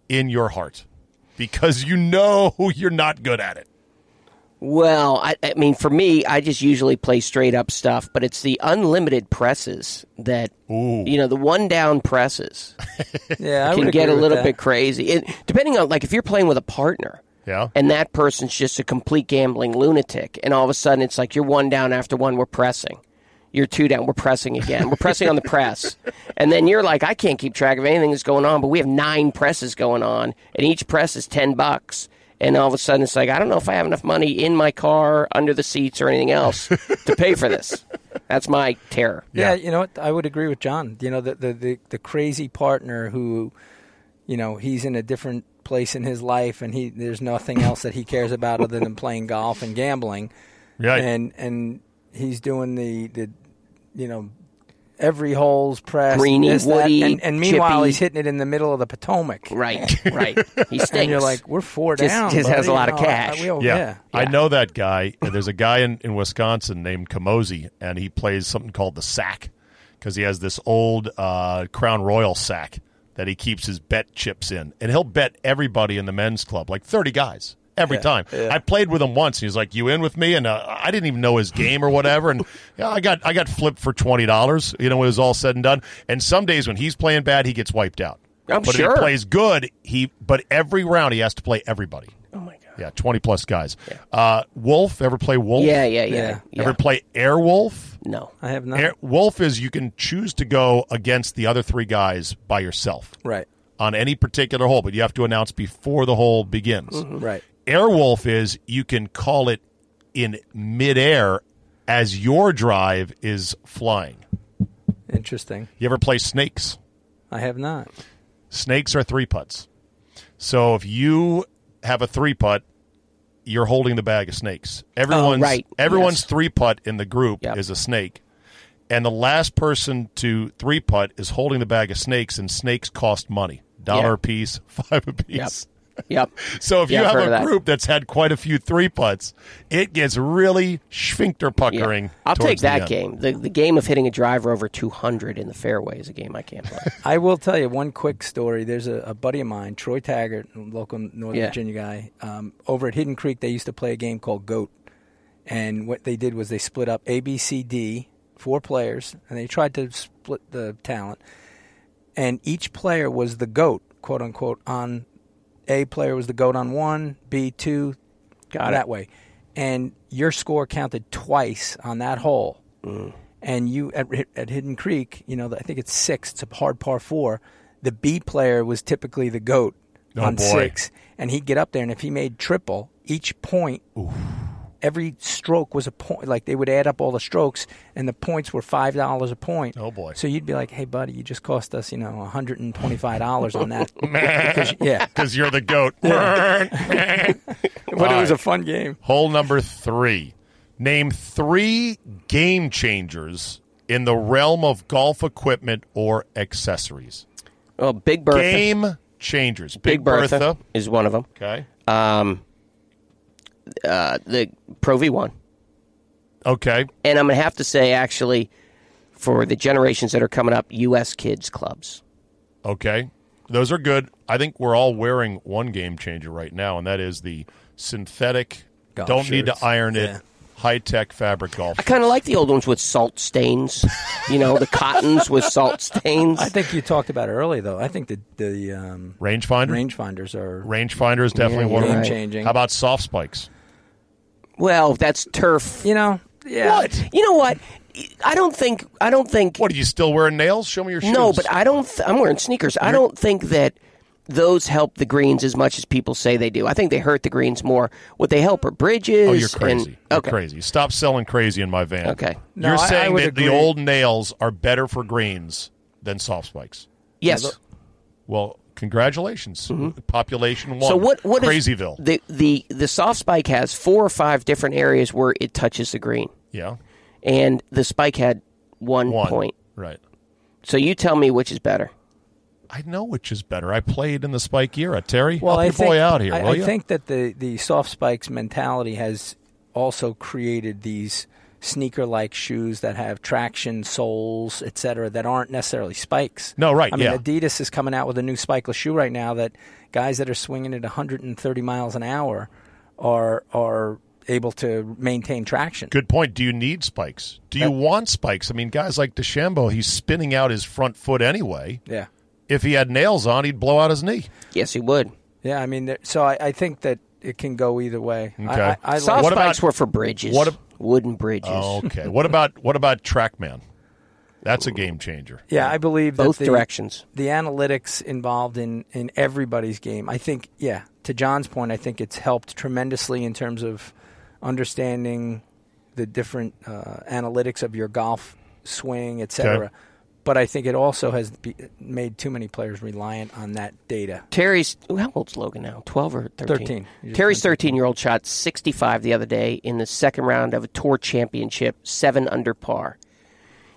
Speaker 2: in your heart because you know you're not good at it?
Speaker 3: Well, I, I mean, for me, I just usually play straight up stuff, but it's the unlimited presses that, you know, the one down presses
Speaker 4: Yeah, I
Speaker 3: can
Speaker 4: would
Speaker 3: get a
Speaker 4: agree with
Speaker 3: little
Speaker 4: that.
Speaker 3: bit crazy. It, depending on, like, if you're playing with a partner.
Speaker 2: Yeah.
Speaker 3: And that person's just a complete gambling lunatic. And all of a sudden, it's like you're one down after one, we're pressing. You're two down, we're pressing again. We're pressing on the press. And then you're like, I can't keep track of anything that's going on, but we have nine presses going on, and each press is 10 bucks. And all of a sudden, it's like, I don't know if I have enough money in my car, under the seats, or anything else to pay for this. That's my terror.
Speaker 2: Yeah.
Speaker 4: Yeah. you know what? I would agree with John. You know, the, the, the, the crazy partner who, you know, he's in a different place in his life and he there's nothing else that he cares about other than playing golf and gambling.
Speaker 2: Right.
Speaker 4: And and he's doing the, the you know, every hole's press
Speaker 3: Greeny,
Speaker 4: this, that,
Speaker 3: woody,
Speaker 4: and, and meanwhile
Speaker 3: chippy.
Speaker 4: he's hitting it in the middle of the Potomac.
Speaker 3: Right, right. He stinks.
Speaker 4: And you're like, we're four
Speaker 3: Just-
Speaker 4: down.
Speaker 3: just has
Speaker 4: buddy.
Speaker 3: a lot of
Speaker 4: You know, I- I-
Speaker 3: cash.
Speaker 4: we all-
Speaker 2: Yeah.
Speaker 4: yeah.
Speaker 2: I know that guy. There's a guy in, in Wisconsin named Kamosi, and he plays something called the sack because he has this old uh, Crown Royal sack that he keeps his bet chips in. And he'll bet everybody in the men's club, like 30 guys. Every time I played with him once, he was like, "You in with me?" And uh, I didn't even know his game or whatever. And yeah, I got I got flipped for twenty dollars. You know, when it was all said and done. And some days when he's playing bad, he gets wiped out.
Speaker 3: I'm
Speaker 2: but
Speaker 3: sure.
Speaker 2: if he plays good, he but every round he has to play everybody.
Speaker 3: oh my God.
Speaker 2: Yeah, 20 plus guys. Uh, Wolf, ever play Wolf?
Speaker 3: Yeah, yeah, yeah.
Speaker 4: Yeah.
Speaker 3: yeah. Uh-huh.
Speaker 2: Ever play Airwolf?
Speaker 3: no.
Speaker 4: I have not.
Speaker 2: Air, Wolf is you can choose to go against the other three guys by yourself
Speaker 4: Right.
Speaker 2: on any particular hole, but you have to announce before the hole begins.
Speaker 3: Mm-hmm.
Speaker 4: Right.
Speaker 2: Airwolf is you can call it in midair as your drive is flying.
Speaker 4: Interesting.
Speaker 2: You ever play Snakes?
Speaker 4: I have not.
Speaker 2: Snakes are three putts. So if you have a three putt, you're holding the bag of snakes. Everyone's
Speaker 3: right.
Speaker 2: everyone's
Speaker 3: Yes.
Speaker 2: three putt in the group
Speaker 3: Yep.
Speaker 2: is a snake. And the last person to three putt is holding the bag of snakes, and snakes cost money. Dollar
Speaker 3: Yeah.
Speaker 2: a piece, five a piece.
Speaker 3: Yep.
Speaker 2: So if
Speaker 3: Yeah,
Speaker 2: you
Speaker 3: I've heard
Speaker 2: have
Speaker 3: of
Speaker 2: a
Speaker 3: that.
Speaker 2: group that's had quite a few three putts, it gets really sphincter
Speaker 3: Yeah.
Speaker 2: puckering.
Speaker 3: I'll take
Speaker 2: towards the
Speaker 3: that
Speaker 2: end.
Speaker 3: game. The, the game of hitting a driver over 200 in the fairway is a game I can't play.
Speaker 4: I will tell you one quick story. There's a, a buddy of mine, Troy Taggart, a local Northern
Speaker 3: Yeah.
Speaker 4: Virginia guy. Um, over at Hidden Creek, they used to play a game called Goat. And what they did was they split up A, B, C, D, four players, and they tried to split the talent. And each player was the goat, quote unquote, on A player was the goat on one, B two,
Speaker 3: Got
Speaker 4: that way. And your score counted twice on that hole.
Speaker 2: Mm.
Speaker 4: And you at, at Hidden Creek, you know, I think it's six. It's a hard par four. The B player was typically the goat
Speaker 2: Oh,
Speaker 4: on
Speaker 2: boy.
Speaker 4: six, and he'd get up there, and if he made triple, each point every stroke was a point. Like they would add up all the strokes, and the points were five dollars a point.
Speaker 2: Oh, boy.
Speaker 4: So you'd be like, "Hey, buddy, you just cost us, you know, one hundred and twenty-five dollars on that." Because- yeah,
Speaker 2: because you're the goat.
Speaker 4: but it was
Speaker 2: right.
Speaker 4: a fun game.
Speaker 2: Hole number three. Name three game changers in the realm of golf equipment or accessories.
Speaker 3: Well, Oh, Big Bertha.
Speaker 2: Game changers.
Speaker 3: Big Bertha, is one of them.
Speaker 2: Okay.
Speaker 3: Uh, the Pro V1.
Speaker 2: Okay.
Speaker 3: And I'm going to have to say, actually, for the generations that are coming up, U.S. kids clubs.
Speaker 2: Okay. Those are good. I think we're all wearing one game changer right now, and that is the synthetic,
Speaker 4: Golf
Speaker 2: don't need to
Speaker 4: shirts.
Speaker 2: iron it,
Speaker 4: Yeah.
Speaker 2: high tech fabric golf.
Speaker 3: I kind of like the old ones with salt stains. You know, the cottons with salt stains.
Speaker 4: I think you talked about it earlier, though. I think the the um,
Speaker 2: Rangefinder?
Speaker 4: rangefinders are
Speaker 2: Rangefinder is definitely
Speaker 3: Yeah,
Speaker 2: one of them.
Speaker 4: game-changing.
Speaker 2: How about soft spikes?
Speaker 3: Well, that's turf.
Speaker 4: you know, yeah.
Speaker 2: What?
Speaker 3: You know what? I don't think. I don't think.
Speaker 2: What are you still wearing nails? Show me your shoes.
Speaker 3: No, but I don't. Th- I'm wearing sneakers. I don't think that those help the greens as much as people say they do. I think they hurt the greens more. What they help are bridges.
Speaker 2: Oh, you're
Speaker 3: and-
Speaker 2: crazy. You're
Speaker 3: okay.
Speaker 2: crazy. Stop selling crazy in my van.
Speaker 3: Okay.
Speaker 4: No,
Speaker 2: you're
Speaker 4: I- I
Speaker 2: saying
Speaker 4: would
Speaker 2: that the
Speaker 4: agree.
Speaker 2: old nails are better for greens than soft spikes.
Speaker 3: Yes.
Speaker 2: Well, congratulations. Population one.
Speaker 3: Mm-hmm. so what? What is-
Speaker 2: Crazyville.
Speaker 3: the the the soft spike has four or five different areas where it touches the green,
Speaker 2: yeah.
Speaker 3: and the spike had one,
Speaker 2: One.
Speaker 3: point.
Speaker 2: Right.
Speaker 3: So you tell me which is better.
Speaker 2: I know which is better. I played in the spike era. Terry,
Speaker 4: Well,
Speaker 2: help
Speaker 4: I
Speaker 2: your
Speaker 4: think,
Speaker 2: boy out here,
Speaker 4: I,
Speaker 2: will
Speaker 4: I
Speaker 2: you?
Speaker 4: think that the, the soft spikes mentality has also created these sneaker like shoes that have traction, soles, etc., that aren't necessarily spikes.
Speaker 2: No, right,
Speaker 4: I mean,
Speaker 2: yeah.
Speaker 4: Adidas is coming out with a new spikeless shoe right now that guys that are swinging at 130 miles an hour are are able to maintain traction.
Speaker 2: Good point. Do you need spikes? Do you want spikes? I mean, guys like DeChambeau, he's spinning out his front foot anyway.
Speaker 4: Yeah.
Speaker 2: If he had nails on, he'd blow out his knee.
Speaker 3: Yes, he would.
Speaker 4: Yeah, I mean, there- so I, I think that it can go either way. I-
Speaker 2: Okay.
Speaker 4: I, I
Speaker 3: Soft
Speaker 2: What
Speaker 4: like,
Speaker 2: about-
Speaker 3: spikes were for bridges.
Speaker 2: what ab- Oh,
Speaker 3: wooden bridges?
Speaker 2: Okay. what about what about TrackMan? That's a game changer.
Speaker 4: yeah, I believe that
Speaker 3: Both
Speaker 4: the-
Speaker 3: directions.
Speaker 4: the analytics involved in, in everybody's game. I think, yeah, to John's point, I think it's helped tremendously in terms of understanding the different uh, analytics of your golf swing, et cetera.
Speaker 2: Okay.
Speaker 4: But I think it also has be, made too many players reliant on that data.
Speaker 3: Terry's how old's Logan now? Twelve or thirteen?
Speaker 4: 13. He just
Speaker 3: Terry's
Speaker 4: turned
Speaker 3: thirteen-year-old shot sixty-five the other day in the second round of a tour championship, seven under par.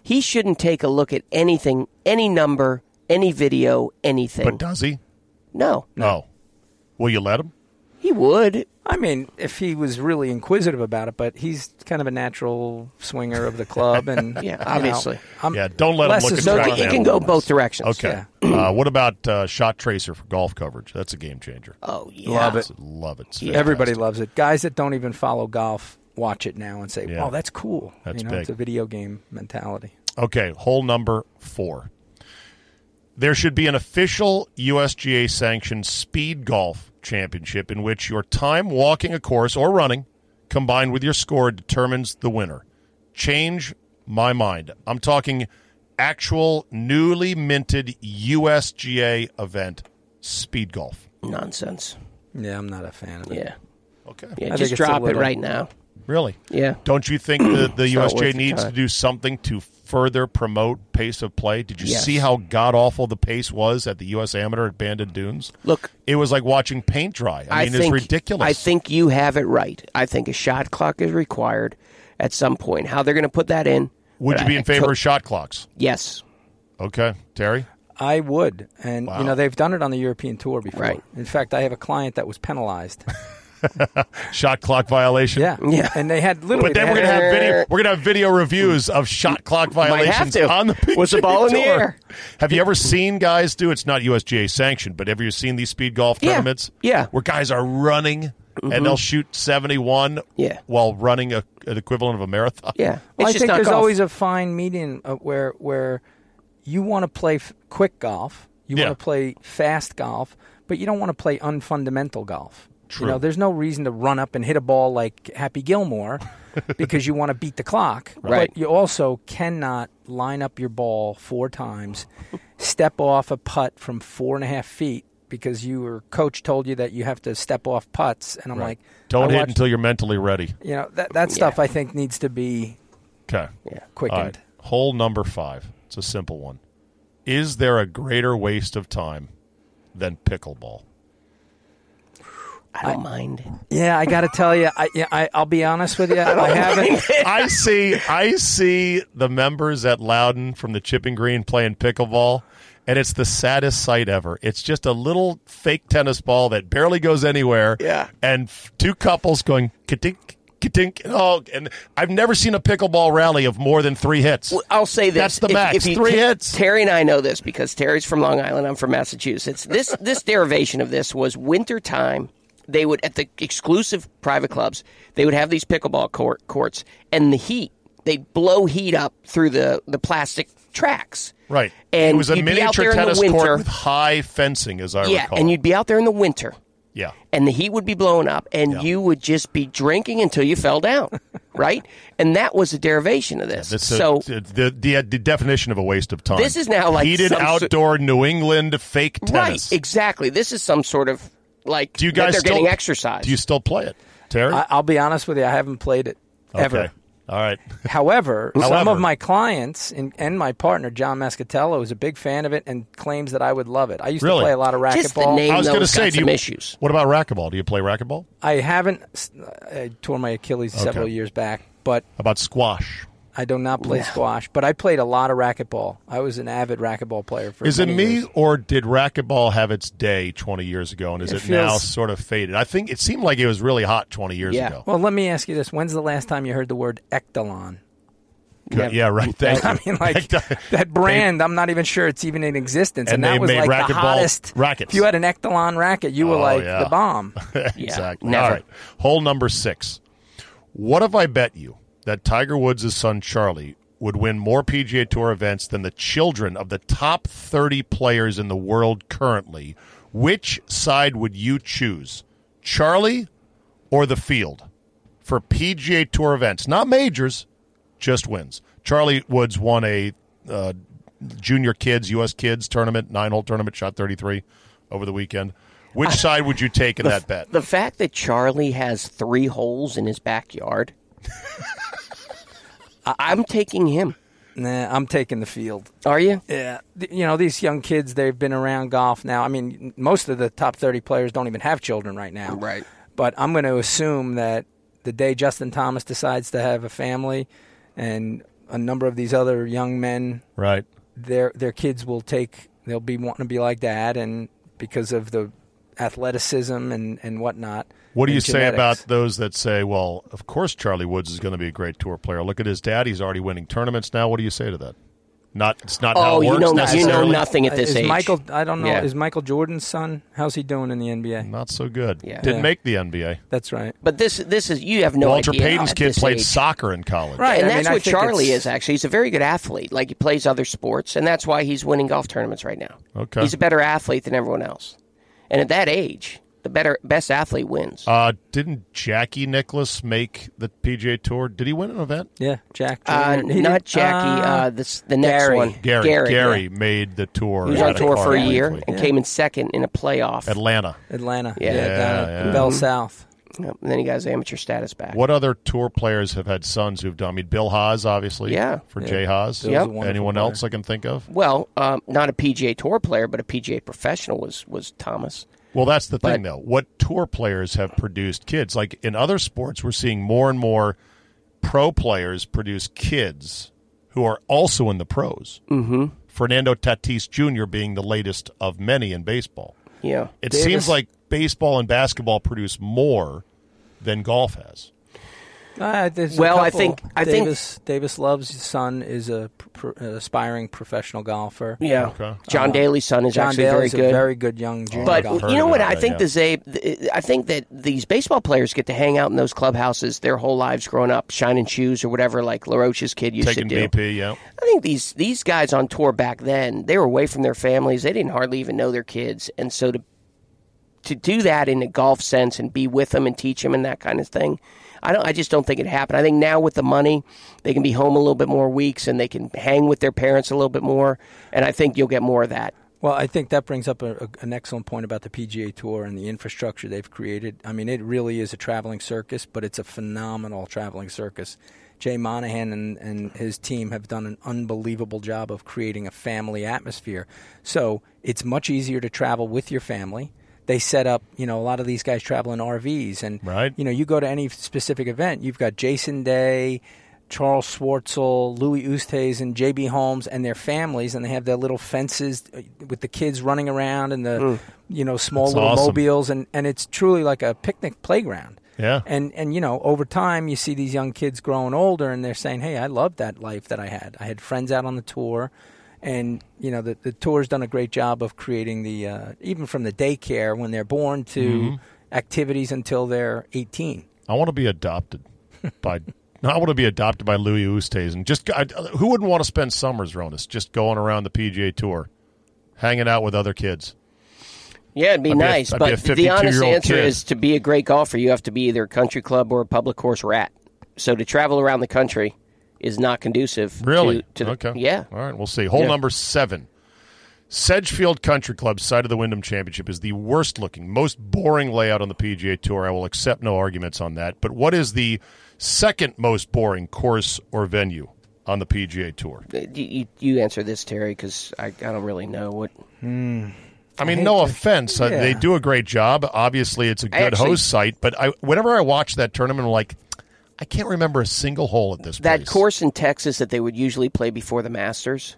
Speaker 3: He shouldn't take a look at anything, any number, any video, anything.
Speaker 2: But does he?
Speaker 3: no,
Speaker 2: No. Will you let him?
Speaker 3: he would.
Speaker 4: I mean, if he was really inquisitive about it, but he's kind of a natural swinger of the club, and
Speaker 3: Yeah,
Speaker 4: you know,
Speaker 3: obviously.
Speaker 4: I'm-
Speaker 2: Yeah, don't let him
Speaker 4: Um, less
Speaker 2: look
Speaker 4: is
Speaker 2: at
Speaker 3: So
Speaker 4: more.
Speaker 2: Track
Speaker 3: it
Speaker 2: man.
Speaker 3: can go both directions.
Speaker 2: Okay. Uh, what about uh, Shot Tracer for golf coverage? That's a game changer.
Speaker 3: Oh yeah.
Speaker 4: Love it.
Speaker 2: Love it. It's
Speaker 4: Everybody
Speaker 2: fantastic.
Speaker 4: loves it. Guys that don't even follow golf watch it now and say,
Speaker 2: Yeah.
Speaker 4: "Wow, that's cool."
Speaker 2: That's
Speaker 4: you know,
Speaker 2: big.
Speaker 4: it's a video game mentality.
Speaker 2: Okay, hole number four. There should be an official USGA sanctioned speed golf championship in which your time walking a course or running combined with your score determines the winner. Change my mind. I'm talking actual newly minted USGA event speed golf.
Speaker 3: Nonsense.
Speaker 4: Yeah, I'm not a fan of it.
Speaker 3: Yeah.
Speaker 2: Okay.
Speaker 3: Yeah.
Speaker 4: think
Speaker 3: Just
Speaker 4: it's a
Speaker 3: drop it
Speaker 4: little-
Speaker 3: right now.
Speaker 2: Really?
Speaker 3: Yeah.
Speaker 2: Don't you think the, the
Speaker 3: not worth
Speaker 2: USJ
Speaker 3: the
Speaker 2: needs to
Speaker 3: time.
Speaker 2: do something to further promote pace of play? Did you
Speaker 3: Yes.
Speaker 2: see how god awful the pace was at the US Amateur at Bandon Dunes?
Speaker 3: Look,
Speaker 2: It was like watching paint dry. I, mean, it's ridiculous.
Speaker 3: I think you have it right. I think a shot clock is required at some point. How they're going to put that in?
Speaker 2: Would
Speaker 3: but
Speaker 2: you be
Speaker 3: I-
Speaker 2: in favor
Speaker 3: to-
Speaker 2: of shot clocks?
Speaker 3: yes.
Speaker 2: Okay, Terry.
Speaker 4: I would, and
Speaker 2: Wow.
Speaker 4: you know they've done it on the European tour before.
Speaker 3: Right.
Speaker 4: In fact, I have a client that was penalized.
Speaker 2: Shot clock violation.
Speaker 4: Yeah,
Speaker 3: Yeah.
Speaker 4: and they had literally.
Speaker 2: But then
Speaker 4: they
Speaker 2: we're gonna
Speaker 4: had-
Speaker 2: have video. We're gonna have video reviews of shot clock violations
Speaker 3: to.
Speaker 2: on the PGA
Speaker 3: Was the ball in the
Speaker 2: Tour.
Speaker 3: air?
Speaker 2: Have you ever seen guys do? It's not USGA sanctioned, but have you seen these speed golf
Speaker 3: Yeah.
Speaker 2: tournaments?
Speaker 3: Yeah. Mm-hmm.
Speaker 2: where guys are running and they'll shoot seventy one.
Speaker 3: Yeah.
Speaker 2: while running a, an equivalent of a marathon.
Speaker 3: Yeah.
Speaker 4: Well, I
Speaker 3: It's just
Speaker 4: think
Speaker 3: not
Speaker 4: there's
Speaker 3: golf.
Speaker 4: always a fine median uh, where where you want to play f- quick golf, you
Speaker 2: Yeah.
Speaker 4: want to play fast golf, but you don't want to play unfundamental golf.
Speaker 2: True.
Speaker 4: You know, there's no reason to run up and hit a ball like Happy Gilmore because you want to beat the clock.
Speaker 3: Right.
Speaker 4: But you also cannot line up your ball four times, step off a putt from four and a half feet because your coach told you that you have to step off putts, and I'm
Speaker 2: Right.
Speaker 4: like,
Speaker 2: Don't
Speaker 4: I
Speaker 2: hit
Speaker 4: watched-
Speaker 2: until you're mentally ready.
Speaker 4: you know that that stuff. I think needs to be
Speaker 2: Okay.
Speaker 3: Yeah.
Speaker 4: quickened.
Speaker 2: Hole number five. It's a simple one. Is there a greater waste of time than pickleball?
Speaker 3: I don't mind.
Speaker 4: Yeah, I got to tell you, I, yeah, I I'll be honest with you, I haven't.
Speaker 2: I see I see the members at Loudon from the Chipping Green playing pickleball, and it's the saddest sight ever. It's just a little fake tennis ball that barely goes anywhere.
Speaker 3: Yeah.
Speaker 2: And f- two couples going katink, katink. Oh, and I've never seen a pickleball rally of more than three hits.
Speaker 3: Well, uh, I'll say
Speaker 2: That's
Speaker 3: this:
Speaker 2: the max. Three hits.
Speaker 3: Terry and I know this because Terry's from Long Island. I'm from Massachusetts. This this derivation of this was winter time. They would at the exclusive private clubs. They would have these pickleball court, courts, and the heat. They'd blow heat up through the the plastic tracks.
Speaker 2: Right.
Speaker 3: And
Speaker 2: it was a
Speaker 3: you'd be out
Speaker 2: miniature
Speaker 3: there in the
Speaker 2: tennis
Speaker 3: winter.
Speaker 2: court with high fencing, as I
Speaker 3: Yeah,
Speaker 2: recall.
Speaker 3: and you'd be out there in the winter,
Speaker 2: yeah.
Speaker 3: and the heat would be blowing up, and
Speaker 2: Yeah.
Speaker 3: you would just be drinking until you fell down, right? And that was the derivation of this.
Speaker 2: It's a-
Speaker 3: so
Speaker 2: it's the, the the definition of a waste of time.
Speaker 3: This is now like
Speaker 2: heated
Speaker 3: some sort-
Speaker 2: outdoor New England fake tennis.
Speaker 3: Right, exactly. This is some sort of like
Speaker 2: Do you
Speaker 3: that
Speaker 2: guys
Speaker 3: they're
Speaker 2: still,
Speaker 3: getting exercise.
Speaker 2: Do you still play it, Terry?
Speaker 4: I, I'll be honest with you, I haven't played it Uh, ever.
Speaker 2: Okay. All right.
Speaker 4: However, some
Speaker 2: However.
Speaker 4: of my clients and, and my partner John Mascatello is a big fan of it and claims that I would love it. I used
Speaker 2: Really?
Speaker 4: to play a lot of racquetball.
Speaker 3: Just the name.
Speaker 2: I was
Speaker 3: though,
Speaker 2: going to
Speaker 3: it's got
Speaker 2: say, do you,
Speaker 3: some issues.
Speaker 2: What about racquetball? Do you play racquetball? How
Speaker 4: I haven't. s- I tore my Achilles several years back, but
Speaker 2: about squash?
Speaker 4: I do not play squash. But I played a lot of racquetball. I was an avid racquetball player for.
Speaker 2: Is it
Speaker 4: many
Speaker 2: me
Speaker 4: years.
Speaker 2: or did racquetball have its day 20 years ago and is it,
Speaker 4: It
Speaker 2: now
Speaker 4: feels-
Speaker 2: sort of faded? I think it seemed like it was really hot 20 years
Speaker 3: Yeah.
Speaker 2: ago.
Speaker 4: Well, let me ask you this: When's the last time you heard the word ectalon?
Speaker 2: Good. Yeah, right. Thank
Speaker 4: I
Speaker 2: you.
Speaker 4: mean, like that brand. I'm not even sure it's even in existence.
Speaker 2: And
Speaker 4: And,
Speaker 2: they
Speaker 4: that was
Speaker 2: made
Speaker 4: like the
Speaker 2: racquetball
Speaker 4: hottest
Speaker 2: rackets.
Speaker 4: If you had an ectalon racket, you were
Speaker 2: Oh,
Speaker 4: like
Speaker 2: yeah.
Speaker 4: the bomb.
Speaker 2: exactly.
Speaker 3: never.
Speaker 2: All right. Hole number six. What if I bet you that Tiger Woods' son Charlie would win more PGA Tour events than the children of the top 30 players in the world currently? Which side would you choose, Charlie or the field, for PGA Tour events? Not majors, just wins. Charlie Woods won a uh, junior kids, U.S. kids tournament, nine hole tournament, shot 33 over the weekend. Which side would you take in that bet?
Speaker 3: The fact that Charlie has three holes in his backyard, I- I'm taking him.
Speaker 4: Nah, I'm taking the field.
Speaker 3: Are you?
Speaker 4: Yeah, th- you know these young kids. They've been around golf now. I mean, most of the top 30 players don't even have children right now.
Speaker 3: Right.
Speaker 4: But I'm going to assume that the day Justin Thomas decides to have a family, and a number of these other young men
Speaker 2: Right.
Speaker 4: their their kids will take they'll be wanting to be like dad and because of the athleticism and and whatnot
Speaker 2: What do
Speaker 4: and
Speaker 2: you say
Speaker 4: genetics.
Speaker 2: about those that say, well, of course Charlie Woods is going to be a great tour player. Look at his dad. He's already winning tournaments now. What do you say to that? Not it's not how
Speaker 3: Oh,
Speaker 2: it
Speaker 3: you
Speaker 2: works
Speaker 3: know, you know
Speaker 2: necessarily.
Speaker 3: nothing at this
Speaker 4: is
Speaker 3: age.
Speaker 4: michael i don't know
Speaker 3: Yeah.
Speaker 4: is michael jordan's son how's he doing in the nba
Speaker 2: Not so good.
Speaker 3: Yeah.
Speaker 2: Didn't
Speaker 4: Yeah.
Speaker 2: make the NBA.
Speaker 4: that's right
Speaker 3: But this, this is you have no
Speaker 2: Walter
Speaker 3: idea.
Speaker 2: Payton's
Speaker 3: at
Speaker 2: kid
Speaker 3: this
Speaker 2: played
Speaker 3: age.
Speaker 2: soccer in college.
Speaker 4: Right.
Speaker 3: and
Speaker 4: I mean,
Speaker 3: that's
Speaker 4: I
Speaker 3: what
Speaker 4: think
Speaker 3: Charlie
Speaker 4: it's-
Speaker 3: is actually. He's a very good athlete. Like he plays other sports, and that's why he's winning golf tournaments right now.
Speaker 2: Okay.
Speaker 3: he's a better athlete than everyone else, and at that age, the better best athlete wins.
Speaker 2: Uh, didn't Jackie Nicholas make the PGA Tour? Did he win an event?
Speaker 4: yeah jack
Speaker 3: Uh,
Speaker 4: Jordan. He
Speaker 3: not
Speaker 4: did-
Speaker 3: Jackie.
Speaker 4: ah,
Speaker 3: Uh, this the next
Speaker 4: Gary.
Speaker 3: one.
Speaker 2: Gary.
Speaker 3: Gary. yeah.
Speaker 2: made the tour.
Speaker 3: He was
Speaker 2: at
Speaker 3: on tour for a
Speaker 2: Cardiff
Speaker 3: year
Speaker 2: Weekly.
Speaker 3: and came in second in a playoff.
Speaker 2: Atlanta.
Speaker 4: atlanta
Speaker 3: Yeah.
Speaker 4: yeah,
Speaker 3: Yeah,
Speaker 4: down at
Speaker 2: yeah.
Speaker 4: bell south
Speaker 3: Yep, and then he got his amateur status back.
Speaker 2: What other tour players have had sons who've done? I mean, Bill Haas, obviously.
Speaker 3: Yeah.
Speaker 2: For Jay Haas.
Speaker 4: Bill's a wonderful
Speaker 2: Anyone
Speaker 4: player.
Speaker 2: else I can think of?
Speaker 3: Well, um, not a PGA Tour player, but a PGA professional was was Thomas.
Speaker 2: Well, that's the thing,
Speaker 3: But-
Speaker 2: though. What tour players have produced kids? Like in other sports, we're seeing more and more pro players produce kids who are also in the pros. Mm-hmm. Fernando Tatis Jr. being the latest of many in baseball.
Speaker 3: Yeah.
Speaker 2: It
Speaker 4: Davis-
Speaker 2: seems like baseball and basketball produce more than golf has.
Speaker 4: Ah, there's a
Speaker 3: Well, I
Speaker 4: couple.
Speaker 3: think- I think-
Speaker 4: Davis Davis Love's son is a pr- pr- aspiring professional golfer.
Speaker 3: Yeah.
Speaker 2: Okay. Uh-huh.
Speaker 3: John Daly's son is
Speaker 4: John
Speaker 3: actually
Speaker 4: Daly's
Speaker 3: very good.
Speaker 4: a very good young junior
Speaker 3: but
Speaker 4: golfer.
Speaker 3: you know
Speaker 2: heard
Speaker 3: what?
Speaker 2: about
Speaker 3: I
Speaker 2: that,
Speaker 3: think
Speaker 2: yeah.
Speaker 3: the Zabe, I think that these baseball players get to hang out in those clubhouses their whole lives growing up, shining shoes or whatever, like LaRoche's kid used
Speaker 2: Taking
Speaker 3: to do.
Speaker 2: BP, yeah.
Speaker 3: I think these these guys on tour back then, they were away from their families. They didn't hardly even know their kids, and so to to do that in a golf sense and be with them and teach them and that kind of thing, I don't. I just don't think it happened. I think now with the money, they can be home a little bit more weeks and they can hang with their parents a little bit more, and I think you'll get more of that.
Speaker 4: Well, I think that brings up a, a, an excellent point about the PGA Tour and the infrastructure they've created. I mean, it really is a traveling circus, but it's a phenomenal traveling circus. Jay Monahan and, and his team have done an unbelievable job of creating a family atmosphere. So it's much easier to travel with your family. They set up, you know, a lot of these guys travel in RVs, and
Speaker 2: Right.
Speaker 4: you know, you go to any specific event, you've got Jason Day, Charles Schwartzel, Louis Oosthuizen, and J.B. Holmes and their families, and they have their little fences uh, with the kids running around and the, you know, small
Speaker 2: Mm. That's
Speaker 4: little
Speaker 2: awesome.
Speaker 4: mobiles, and and it's truly like a picnic playground.
Speaker 2: Yeah.
Speaker 4: And and you know, over time you see these young kids growing older and they're saying, "Hey, I love that life that I had. I had friends out on the tour." And you know, the the tour's done a great job of creating the uh, even from the daycare when they're born to activities until they're 18.
Speaker 2: I want to be adopted by. No, I want to be adopted by Louis Oosthuizen. Just I, who wouldn't want to spend summers, Ronas, just going around the PGA Tour, hanging out with other kids.
Speaker 3: Yeah, it'd
Speaker 2: I'd be
Speaker 3: be
Speaker 2: a-
Speaker 3: nice,
Speaker 2: I'd be a
Speaker 3: but the honest
Speaker 2: 52-year-old
Speaker 3: answer
Speaker 2: kid.
Speaker 3: is to be a great golfer, you have to be either a country club or a public horse rat. So to travel around the country is not conducive.
Speaker 2: Really?
Speaker 3: To, to the,
Speaker 2: okay.
Speaker 3: Yeah.
Speaker 2: All right. We'll see. Hole
Speaker 3: Yeah.
Speaker 2: number seven. Sedgefield Country Club side of the Wyndham Championship is the worst looking, most boring layout on the PGA Tour. I will accept no arguments on that. But what is the second most boring course or venue on the PGA Tour?
Speaker 3: You, you, you answer this, Terry, because I, I don't really know what.
Speaker 2: I mean, no offense, uh,
Speaker 4: yeah.
Speaker 2: they do a great job. Obviously, it's a good
Speaker 3: Actually-
Speaker 2: host site. But I, whenever I watch that tournament, I'm like, I can't remember a single hole at this
Speaker 3: That
Speaker 2: place.
Speaker 3: course in Texas that they would usually play before the Masters.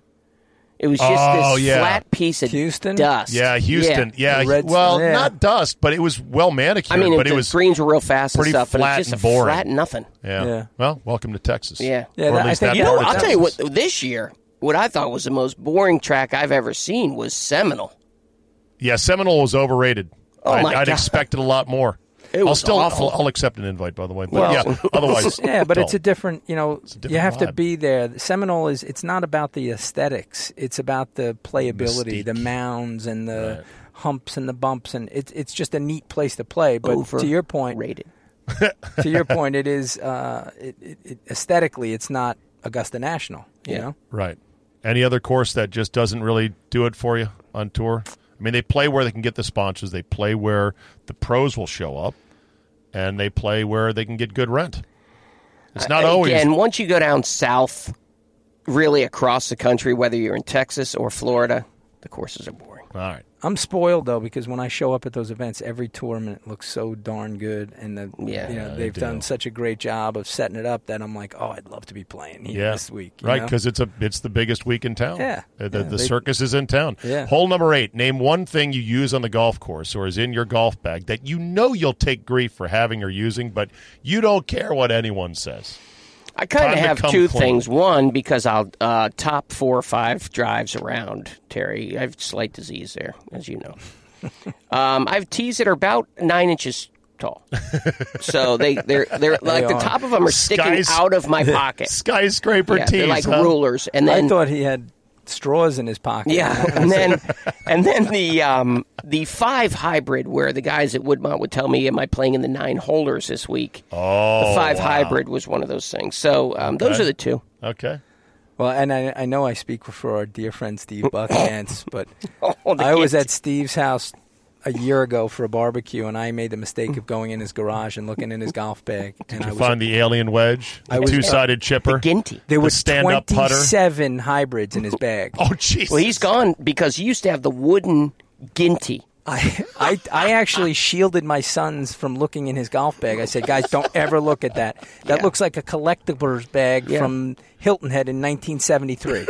Speaker 3: It was just
Speaker 2: Oh,
Speaker 3: this
Speaker 2: yeah.
Speaker 3: flat piece of
Speaker 4: Houston?
Speaker 3: dust.
Speaker 2: Yeah, Houston. Yeah,
Speaker 4: the Reds-
Speaker 2: well,
Speaker 4: yeah.
Speaker 2: not dust, but it was well manicured.
Speaker 3: I mean,
Speaker 2: but
Speaker 3: the
Speaker 2: it was
Speaker 3: greens were real fast and
Speaker 2: pretty
Speaker 3: stuff,
Speaker 2: flat
Speaker 3: but it's just
Speaker 2: and
Speaker 3: a
Speaker 2: boring.
Speaker 3: flat nothing.
Speaker 2: Yeah.
Speaker 4: Yeah.
Speaker 2: Well, welcome to Texas.
Speaker 3: Yeah.
Speaker 2: Or
Speaker 4: Yeah,
Speaker 2: at
Speaker 4: that- I
Speaker 2: least
Speaker 4: think-
Speaker 2: that
Speaker 4: you
Speaker 2: part
Speaker 4: know what?
Speaker 2: of
Speaker 3: I'll
Speaker 2: Texas.
Speaker 3: tell you what. This year, what I thought was the most boring track I've ever seen was Seminole.
Speaker 2: Yeah, Seminole was overrated.
Speaker 3: Oh,
Speaker 2: I'd,
Speaker 3: my
Speaker 2: I'd
Speaker 3: God.
Speaker 2: expected a lot more.
Speaker 3: It
Speaker 2: I'll
Speaker 3: was
Speaker 2: still
Speaker 3: awful.
Speaker 2: I'll, I'll accept an invite by the way. But
Speaker 3: Well-
Speaker 2: yeah, otherwise.
Speaker 4: Yeah, but
Speaker 2: no.
Speaker 4: it's a different, you know,
Speaker 2: a different
Speaker 4: you have to
Speaker 2: vibe.
Speaker 4: be there. The Seminole is it's not about the aesthetics, it's about the playability, the mounds and the humps and the bumps and it's it's just a neat place to play, but to your point,
Speaker 3: rated.
Speaker 4: to your point, it is uh, it, it, it, aesthetically, it's not Augusta National. You
Speaker 3: Yeah.
Speaker 4: know,
Speaker 2: right. Any other course that just doesn't really do it for you on tour? I mean, they play where they can get the sponsors, they play where the pros will show up, and they play where they can get good rent.
Speaker 4: Uh,
Speaker 2: It's not always
Speaker 3: Again, once you go down south, really across the country, whether you're in Texas or Florida, the courses are boring.
Speaker 2: All right.
Speaker 4: I'm spoiled though because when I show up at those events, every tournament looks so darn good, and the,
Speaker 3: Yeah.
Speaker 4: you know
Speaker 2: Yeah, they
Speaker 4: they've
Speaker 2: do.
Speaker 4: done such a great job of setting it up that I'm like, oh, I'd love to be playing here
Speaker 2: yeah.
Speaker 4: this week. you
Speaker 2: right?
Speaker 4: know?
Speaker 2: Because it's a it's the biggest week in town.
Speaker 4: Yeah.
Speaker 2: Uh, the
Speaker 4: Yeah,
Speaker 2: the
Speaker 4: they-
Speaker 2: circus is in town.
Speaker 4: Yeah.
Speaker 2: Hole number eight. Name one thing you use on the golf course or is in your golf bag that you know you'll take grief for having or using, but you don't care what anyone says.
Speaker 3: I kind
Speaker 2: Time
Speaker 3: of
Speaker 2: to
Speaker 3: have
Speaker 2: come
Speaker 3: two
Speaker 2: clean.
Speaker 3: things. One, because I'll uh, top four or five drives around, Terry. I have slight disease there, as you know. um, I have tees that are about nine inches tall. so they, they're, they're like the
Speaker 4: are.
Speaker 3: top of them are sticking
Speaker 2: Skies-
Speaker 3: out of my pocket.
Speaker 2: Skyscraper
Speaker 3: Yeah,
Speaker 2: tees.
Speaker 3: they're like
Speaker 2: huh?
Speaker 3: rulers. And then
Speaker 4: I thought he had straws in his pocket.
Speaker 3: Yeah, and then and then the um, the five hybrid where the guys at Woodmont would tell me, "Am I playing in the nine holders this week?"
Speaker 2: Oh,
Speaker 3: the five
Speaker 2: wow.
Speaker 3: hybrid was one of those things. So um, those are the two.
Speaker 2: Okay.
Speaker 4: Well, and I, I know I speak for our dear friend Steve Buckance, but
Speaker 3: Oh, the
Speaker 4: I was
Speaker 3: kids.
Speaker 4: at Steve's house a year ago for a barbecue, and I made the mistake of going in his garage and looking in his golf bag. And I
Speaker 2: You
Speaker 4: was,
Speaker 2: find the alien wedge, the
Speaker 4: was-
Speaker 2: two sided chipper.
Speaker 3: Ginty.
Speaker 4: there
Speaker 2: the
Speaker 4: were
Speaker 2: stand-up putter.
Speaker 4: twenty-seven hybrids in his bag.
Speaker 2: Oh, jeez.
Speaker 3: Well, he's gone because he used to have the wooden ginty.
Speaker 4: I, I, I actually shielded my sons from looking in his golf bag. I said, guys, don't ever look at that. That
Speaker 3: Yeah.
Speaker 4: looks like a collectibles bag
Speaker 3: Yeah.
Speaker 4: from Hilton Head in 1973.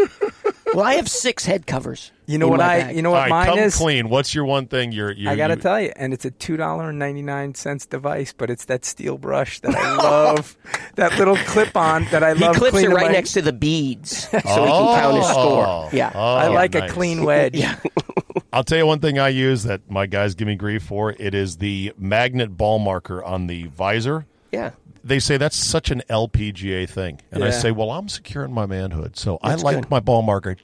Speaker 3: Well, I have six head covers.
Speaker 4: You know
Speaker 3: in
Speaker 4: what
Speaker 3: my
Speaker 4: I?
Speaker 3: bag.
Speaker 4: You know
Speaker 2: All
Speaker 4: what
Speaker 2: right,
Speaker 4: mine
Speaker 2: come
Speaker 4: is?
Speaker 2: clean. What's your one thing you're? you're
Speaker 4: I gotta
Speaker 2: you-
Speaker 4: tell you, and it's a two dollar and ninety nine cents device, but it's that steel brush that I love, that little clip on that I
Speaker 3: He
Speaker 4: love.
Speaker 3: clips it
Speaker 4: cleaning
Speaker 3: right
Speaker 4: my-
Speaker 3: next to the beads, so he can count his
Speaker 2: Oh.
Speaker 3: score. Yeah,
Speaker 2: Oh,
Speaker 4: I like
Speaker 2: nice.
Speaker 4: a clean wedge.
Speaker 2: I'll tell you one thing I use that my guys give me grief for. It is the magnet ball marker on the visor.
Speaker 3: yeah.
Speaker 2: They say that's such an LPGA thing. And I
Speaker 4: Yeah.
Speaker 2: say, well, I'm securing my manhood. So
Speaker 3: That's
Speaker 2: I like
Speaker 3: good.
Speaker 2: my ball marker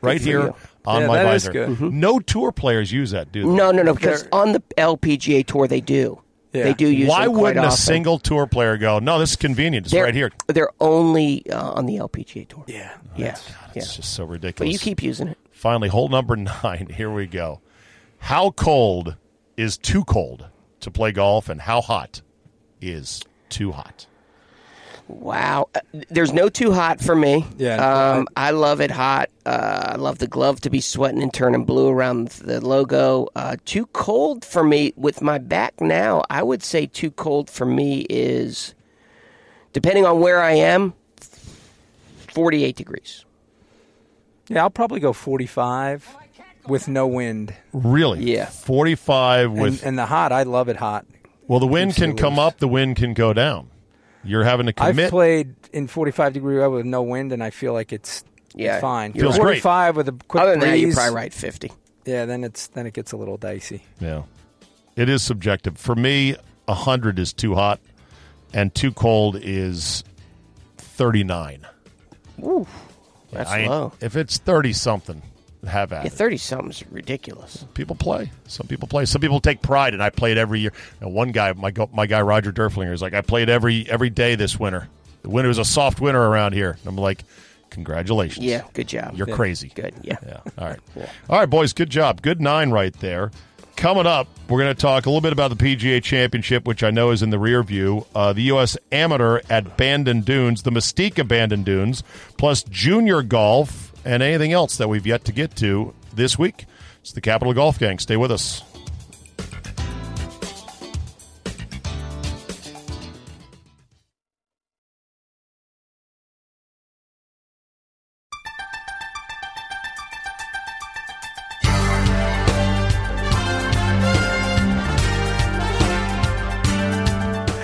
Speaker 2: right
Speaker 3: for
Speaker 2: here
Speaker 3: you.
Speaker 2: on
Speaker 4: Yeah,
Speaker 2: my
Speaker 4: that is
Speaker 2: visor.
Speaker 4: good.
Speaker 2: No tour players use that, do they?
Speaker 3: No, no, no. Because on the LPGA tour, they do.
Speaker 4: Yeah.
Speaker 3: They do use
Speaker 2: Why
Speaker 3: them quite
Speaker 2: wouldn't a
Speaker 3: often.
Speaker 2: single tour player go? No, this is convenient. It's
Speaker 3: They're-
Speaker 2: right here.
Speaker 3: They're only uh, on the LPGA tour.
Speaker 4: Yeah.
Speaker 3: yeah, yeah.
Speaker 2: It's just so
Speaker 3: But
Speaker 2: ridiculous.
Speaker 3: you keep using it.
Speaker 2: Finally, hole number nine. Here we go. How cold is too cold to play golf, and how hot is too hot?
Speaker 3: Wow. Uh, There's no too hot for me.
Speaker 4: Yeah.
Speaker 3: Um, I love it hot. Uh, I love the glove to be sweating and turning blue around the logo. Uh, too cold for me with my back now. I would say too cold for me is, depending on where I am, 48 degrees.
Speaker 4: Yeah, I'll probably go 45 with no wind.
Speaker 2: Really?
Speaker 3: Yeah.
Speaker 2: Forty-five
Speaker 4: And,
Speaker 2: with.
Speaker 4: and the hot, I love it hot.
Speaker 2: well, the wind can come up. The wind can go down. You're having to
Speaker 4: I've
Speaker 2: commit.
Speaker 4: played in 45 degree weather with no wind, and I feel like it's
Speaker 3: Yeah,
Speaker 4: fine.
Speaker 3: you're
Speaker 2: Feels right.
Speaker 4: 45 with a quick
Speaker 3: Other than that, you're
Speaker 4: breeze,
Speaker 3: probably right, 50.
Speaker 4: Yeah, then it's then it gets a little dicey.
Speaker 2: Yeah. It is subjective. For me, 100 is too hot and too cold is 39.
Speaker 3: Ooh, that's
Speaker 2: I-
Speaker 3: low.
Speaker 2: If it's 30 something, have at
Speaker 3: Yeah,
Speaker 2: it.
Speaker 3: 30 something's ridiculous.
Speaker 2: people play. Some people play. Some people take pride, and I played every year. And one guy, my go- my guy Roger Derflinger, is like, I played every every day this winter. The winter was a soft winter around here. And I'm like, congratulations.
Speaker 3: Yeah, good job.
Speaker 2: You're crazy.
Speaker 3: Good, yeah.
Speaker 2: Yeah. All right. All right, boys. Good job. Good nine right there. Coming up, we're going to talk a little bit about the PGA Championship, which I know is in the rear view. Uh, the U.S. Amateur at Bandon Dunes, the Mystique of Bandon Dunes, plus junior golf and anything else that we've yet to get to this week. It's the Capital Golf Gang. Stay with us.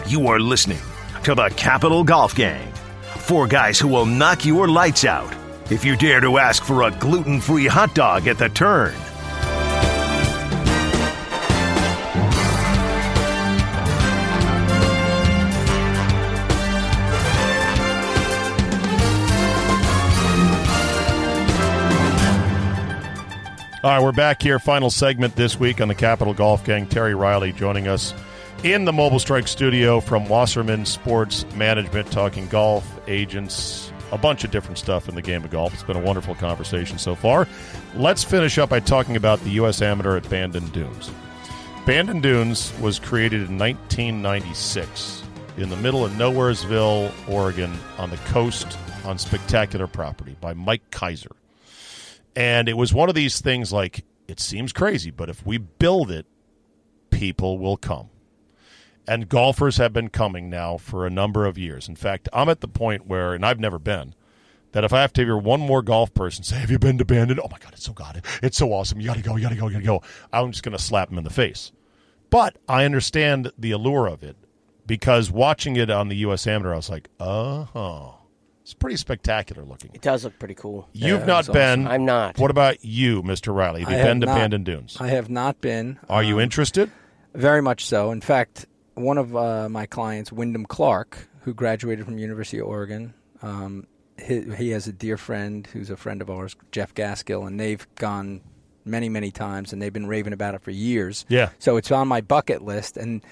Speaker 1: You are listening to the Capital Golf Gang. Four guys who will knock your lights out if you dare to ask for a gluten free hot dog at the turn.
Speaker 2: All right, we're back here. Final segment this week on the Capital Golf Gang. Terry Riley joining us in the Mobile Strike studio from Wasserman Sports Management, talking golf, agents, a bunch of different stuff in the game of golf. It's been a wonderful conversation so far. Let's finish up by talking about the U.S. Amateur at Bandon Dunes. Bandon Dunes was created in 1996 in the middle of Nowheresville, Oregon, on the coast on spectacular property by Mike Kaiser. And it was one of these things like, it seems crazy, but if we build it, people will come. And golfers have been coming now for a number of years. In fact, I'm at the point where, and I've never been, that if I have to hear one more golf person say, Have you been to Bandon? Oh my God, it's so God. It's so awesome. You got to go, you got to go, you got to go. I'm just going to slap him in the face. But I understand the allure of it because watching it on the U.S. Amateur, I was like, Uh huh. It's pretty spectacular looking.
Speaker 3: It does look pretty cool.
Speaker 2: You've
Speaker 4: Yeah,
Speaker 2: not
Speaker 4: it's
Speaker 2: been.
Speaker 3: I'm not.
Speaker 2: What about you, Mr. Riley? Have you
Speaker 4: I have
Speaker 2: been to
Speaker 4: not-
Speaker 2: Bandon Dunes?
Speaker 4: I have not been.
Speaker 2: Are you interested?
Speaker 4: Very much so. In fact, one of uh, my clients, Wyndham Clark, who graduated from University of Oregon, um, he, he has a dear friend who's a friend of ours, Jeff Gaskill, and they've gone many, many times, and they've been raving about it for years.
Speaker 2: Yeah.
Speaker 4: So it's on my bucket list, and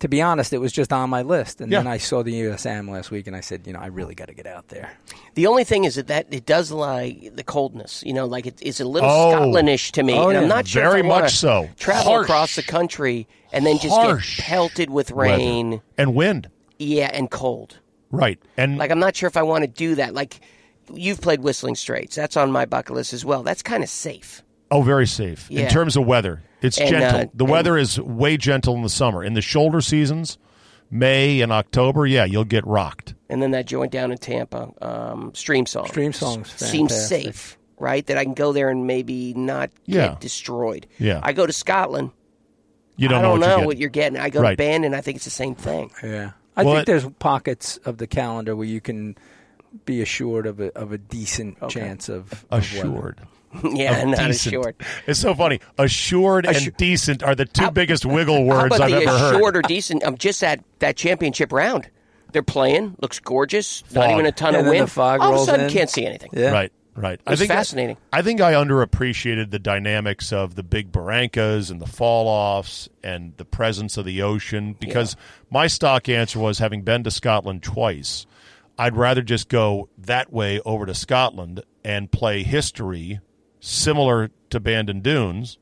Speaker 4: to be honest, it was just on my list. And
Speaker 2: Yeah.
Speaker 4: then I saw the USM last week, and I said, you know, I really got to get out there.
Speaker 3: The only thing is that, that it does lie the coldness. You know, like it, it's a little
Speaker 2: Oh.
Speaker 3: Scotlandish to me.
Speaker 4: Oh,
Speaker 3: and I'm
Speaker 4: yeah.
Speaker 3: not sure if
Speaker 2: Very
Speaker 3: I wanna
Speaker 2: much so.
Speaker 3: Travel
Speaker 2: Harsh.
Speaker 3: across the country and then just
Speaker 2: Harsh
Speaker 3: get pelted with rain.
Speaker 2: Weather. and wind,
Speaker 3: Yeah, and cold.
Speaker 2: right? And
Speaker 3: Like I'm not sure if I want to do that. Like you've played Whistling Straits. That's on my bucket list as well. That's kind of safe.
Speaker 2: oh, very safe in
Speaker 3: Yeah.
Speaker 2: terms of weather. It's
Speaker 3: And,
Speaker 2: gentle.
Speaker 3: uh,
Speaker 2: the weather is way gentle in the summer. In the shoulder seasons, May and October, yeah, you'll get rocked.
Speaker 3: And then that joint down in Tampa, um, Stream Song.
Speaker 4: Stream Song's
Speaker 3: seems
Speaker 4: fantastic.
Speaker 3: safe, right? That I can go there and maybe not
Speaker 2: Yeah.
Speaker 3: get destroyed.
Speaker 2: Yeah.
Speaker 3: I go to Scotland.
Speaker 2: You don't
Speaker 3: I don't
Speaker 2: know what you get.
Speaker 3: you're getting. I go
Speaker 2: Right.
Speaker 3: to Bandon. I think it's the same thing.
Speaker 4: Yeah, I
Speaker 2: Well, it-
Speaker 4: think there's pockets of the calendar where you can be assured of a of a decent chance of of weather.
Speaker 2: assured.
Speaker 3: yeah,
Speaker 2: Of
Speaker 3: not
Speaker 2: decent.
Speaker 3: assured.
Speaker 2: It's so funny. Assured and decent are the two biggest wiggle
Speaker 3: How
Speaker 2: words I've
Speaker 3: about the
Speaker 2: ever heard.
Speaker 3: assured or decent? I'm just at that championship round. They're playing. Looks gorgeous. Not
Speaker 2: Fog.
Speaker 3: even a ton
Speaker 4: Yeah,
Speaker 3: of
Speaker 4: then the
Speaker 3: wind.
Speaker 4: fog
Speaker 3: All of a
Speaker 4: rolls
Speaker 3: sudden,
Speaker 4: in.
Speaker 3: can't see anything.
Speaker 4: Yeah.
Speaker 2: Right. Right.
Speaker 3: It's
Speaker 2: I think
Speaker 3: fascinating.
Speaker 2: I, think I underappreciated the dynamics of the big barrancas and the fall offs and the presence of the ocean because my stock answer was having been to Scotland twice, I'd rather just go that way over to Scotland and play history similar to Bandon Dunes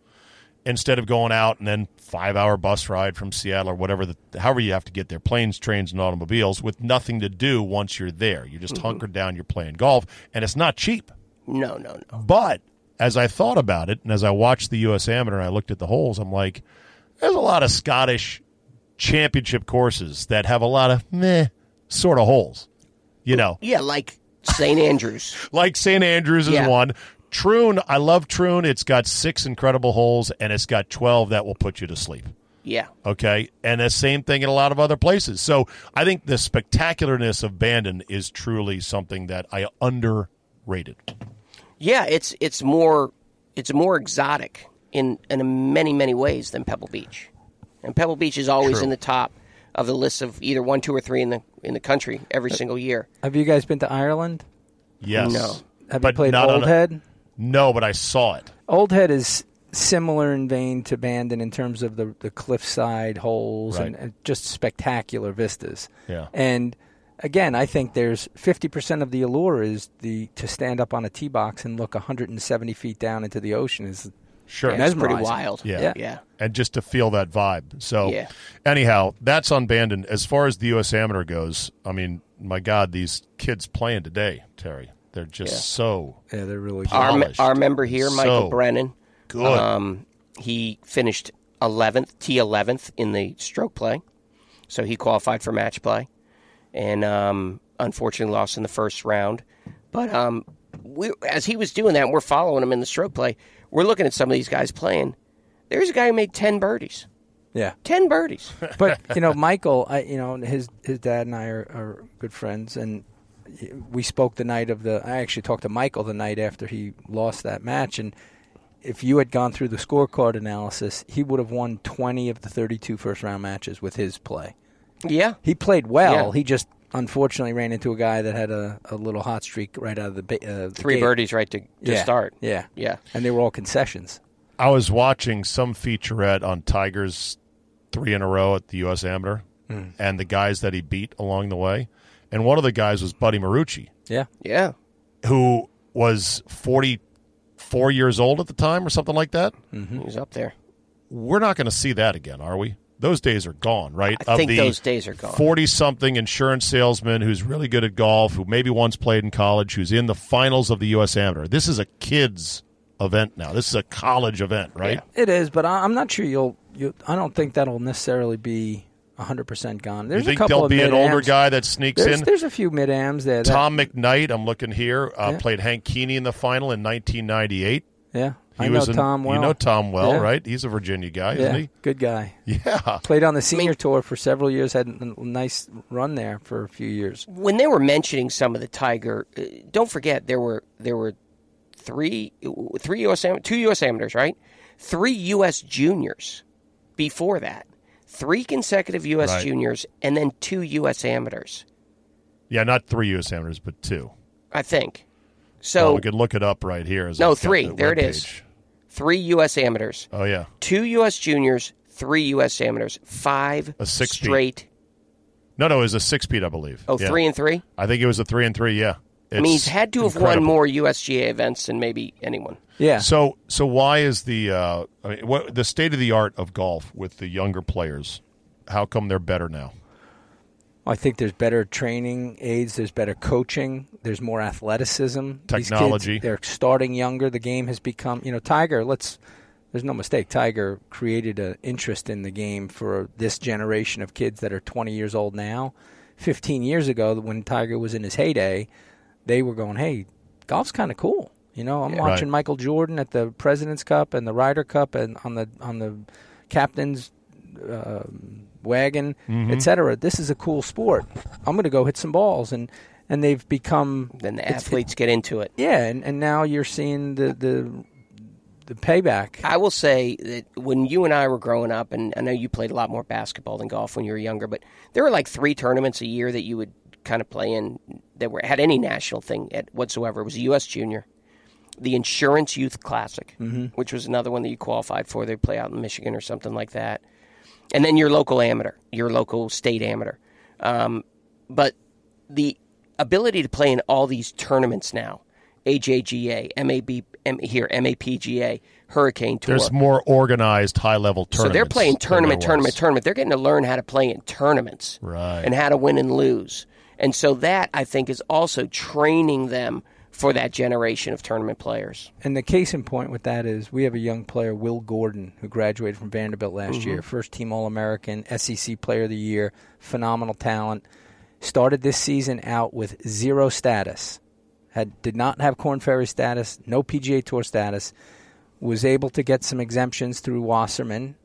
Speaker 2: instead of going out and then five hour bus ride from Seattle or whatever the however you have to get there, planes, trains, and automobiles with nothing to do once you're there. You're just hunkered down, you're playing golf, and it's not cheap.
Speaker 3: No, no,
Speaker 4: Oh.
Speaker 3: no.
Speaker 2: But as I thought about it, and as I watched the U.S. Amateur, and I looked at the holes. I'm like, there's a lot of Scottish championship courses that have a lot of meh sort of holes. You know,
Speaker 3: Yeah, like St. Andrews.
Speaker 2: like St. Andrews is
Speaker 3: Yeah.
Speaker 2: one. Troon, I love Troon. It's got six incredible holes, and it's got twelve that will put you to sleep.
Speaker 3: Yeah.
Speaker 2: Okay, and the same thing in a lot of other places. So I think the spectacularness of Bandon is truly something that I underrated.
Speaker 3: Yeah, it's it's more it's more exotic in in many many ways than Pebble Beach, and Pebble Beach is always
Speaker 2: True.
Speaker 3: in the top of the list of either one, two, or three in the in the country every
Speaker 2: Uh,
Speaker 3: single year.
Speaker 4: Have you guys been to Ireland?
Speaker 2: Yes.
Speaker 3: No.
Speaker 4: Have
Speaker 2: But
Speaker 4: you played
Speaker 2: not on
Speaker 4: Old
Speaker 2: a-
Speaker 4: Head?
Speaker 2: No, but I saw it.
Speaker 4: Old Head is similar in vein to Bandon in terms of the, the cliffside holes and,
Speaker 2: Right.
Speaker 4: and just spectacular vistas.
Speaker 2: Yeah.
Speaker 4: And again, I think there's 50% of the allure is the to stand up on a tee box and look 170 feet down into the ocean is
Speaker 2: Sure.
Speaker 3: Yeah, it's pretty
Speaker 4: Mesmerizing.
Speaker 3: wild.
Speaker 2: Yeah.
Speaker 4: Yeah.
Speaker 3: yeah.
Speaker 2: and just to feel that vibe. So,
Speaker 3: Yeah.
Speaker 2: anyhow, that's on Bandon. As far as the U.S. Amateur goes, I mean, my God, these kids playing today, Terry, they're just
Speaker 3: Yeah.
Speaker 2: so
Speaker 4: yeah, they're really good.
Speaker 3: Our,
Speaker 2: polished.
Speaker 3: our member here, Michael
Speaker 2: So
Speaker 3: Brennan,
Speaker 2: good.
Speaker 3: um, he finished 11th, T11th in the stroke play. So he qualified for match play and um, unfortunately lost in the first round. But um, we, as he was doing that, and we're following him in the stroke play, we're looking at some of these guys playing. There's a guy who made 10 birdies.
Speaker 4: Yeah.
Speaker 3: 10 birdies.
Speaker 4: but you know, Michael, I, you know, his his dad and I are, are good friends, and we spoke the night of the. I actually talked to Michael the night after he lost that match, and if you had gone through the scorecard analysis, he would have won twenty of the 32 first round matches with his play.
Speaker 3: yeah.
Speaker 4: He played well.
Speaker 3: Yeah.
Speaker 4: He just unfortunately ran into a guy that had a, a little hot streak right out of the, ba- uh, the
Speaker 3: Three
Speaker 4: gate.
Speaker 3: birdies right to, to
Speaker 4: Yeah.
Speaker 3: start.
Speaker 4: Yeah,
Speaker 3: Yeah.
Speaker 4: and they were all concessions.
Speaker 2: I was watching some featurette on Tiger's three in a row at the U.S. Amateur and the guys that he beat along the way. And one of the guys was Buddy Marucci,
Speaker 4: Yeah,
Speaker 3: Yeah.
Speaker 2: who was 44 years old at the time or something like that.
Speaker 3: He was up there.
Speaker 2: We're not going to see that again, are we? Those days are gone, right?
Speaker 3: I think those days are gone.
Speaker 2: 40 something insurance salesman who's really good at golf, who maybe once played in college, who's in the finals of the U.S. Amateur. This is a kids' event now. This is a college event, right?
Speaker 4: It is, but I, I'm not sure you'll. You, I don't think that'll necessarily be 100 percent gone. There's
Speaker 2: you think
Speaker 4: a couple
Speaker 2: there'll
Speaker 4: of
Speaker 2: be an
Speaker 4: mid-ams.
Speaker 2: older guy that sneaks
Speaker 4: There's,
Speaker 2: in?
Speaker 4: there's a few mid ams there. that-
Speaker 2: Tom McKnight, I'm looking here, uh,
Speaker 4: Yeah.
Speaker 2: played Hank Keeney in the final in 1998.
Speaker 4: yeah,
Speaker 2: He
Speaker 4: I know
Speaker 2: was in-
Speaker 4: Tom well.
Speaker 2: You know Tom well,
Speaker 4: Yeah.
Speaker 2: right? He's a Virginia guy,
Speaker 4: yeah,
Speaker 2: isn't
Speaker 4: good guy.
Speaker 2: he? Yeah.
Speaker 4: Played on the senior tour for several years. Had a nice run there for a few years.
Speaker 3: when they were mentioning some of the Tiger, uh, don't forget there were there were three three U.S. am- two U.S. amateurs, right? Three U.S. juniors before that, three consecutive U.S.
Speaker 2: Right.
Speaker 3: juniors, and then two U.S. amateurs,
Speaker 2: Yeah, not three U.S. Amateurs, but two.
Speaker 3: I think.
Speaker 2: Oh,
Speaker 3: So
Speaker 2: we could look it up right here. as
Speaker 3: No,
Speaker 2: I've got
Speaker 3: three.
Speaker 2: the
Speaker 3: There it is.
Speaker 2: webpage.
Speaker 3: three U.S. amateurs,
Speaker 2: Oh, yeah.
Speaker 3: two U.S. juniors, three U.S. amateurs, five
Speaker 2: A six feet.
Speaker 3: straight.
Speaker 2: No, no, it was a six peat, I believe.
Speaker 3: Oh,
Speaker 2: yeah.
Speaker 3: three and three.
Speaker 2: I think it was a three and three. Yeah,
Speaker 3: I mean, he's
Speaker 2: It's
Speaker 3: had to have
Speaker 2: incredible.
Speaker 3: won more USGA events than maybe anyone.
Speaker 4: Yeah,
Speaker 2: So, so why is the uh, I mean, what, the state of the art of golf with the younger players? How come they're better now?
Speaker 4: I think there's better training aids. There's better coaching. There's more athleticism. These kids,
Speaker 2: Technology.
Speaker 4: they're starting younger. The game has become. You know, Tiger. Let's. There's no mistake. Tiger created an interest in the game for this generation of kids that are 20 years old now. 15 years ago, when Tiger was in his heyday, they were going, "Hey, golf's kind of cool." You know, I'm watching
Speaker 2: Right.
Speaker 4: Michael Jordan at the President's Cup and the Ryder Cup and on the on the captain's wagon, etc. This is a cool sport. I'm going to go hit some balls, and and they've become
Speaker 3: Then the
Speaker 4: it's-
Speaker 3: athletes get into it.
Speaker 4: yeah, and, and now you're seeing the the the payback.
Speaker 3: I will say that when you and I were growing up, and I know you played a lot more basketball than golf when you were younger, but there were like three tournaments a year that you would kind of play in that were had any national thing at whatsoever. It was a U.S. Junior, the Insurance Youth Classic, which was another one that you qualified for. They play out in Michigan or something like that, and then your local amateur, your local state amateur. Um, but the ability to play in all these tournaments now, AJGA, MAB, M, here MAPGA, Hurricane Tour.
Speaker 2: There's more organized high level
Speaker 3: so
Speaker 2: tournaments.
Speaker 3: they're playing
Speaker 2: than there
Speaker 3: tournament,
Speaker 2: was.
Speaker 3: tournament, tournament. They're getting to learn how to play in tournaments
Speaker 2: Right.
Speaker 3: and how to win and lose. And so that I think is also training them for that generation of tournament players.
Speaker 4: And the case in point with that is we have a young player, Will Gordon, who graduated from Vanderbilt last year, first team All American, SEC Player of the Year, phenomenal talent. Started this season out with zero status, had did not have Corn Ferry status, no PGA Tour status, was able to get some exemptions through Wasserman,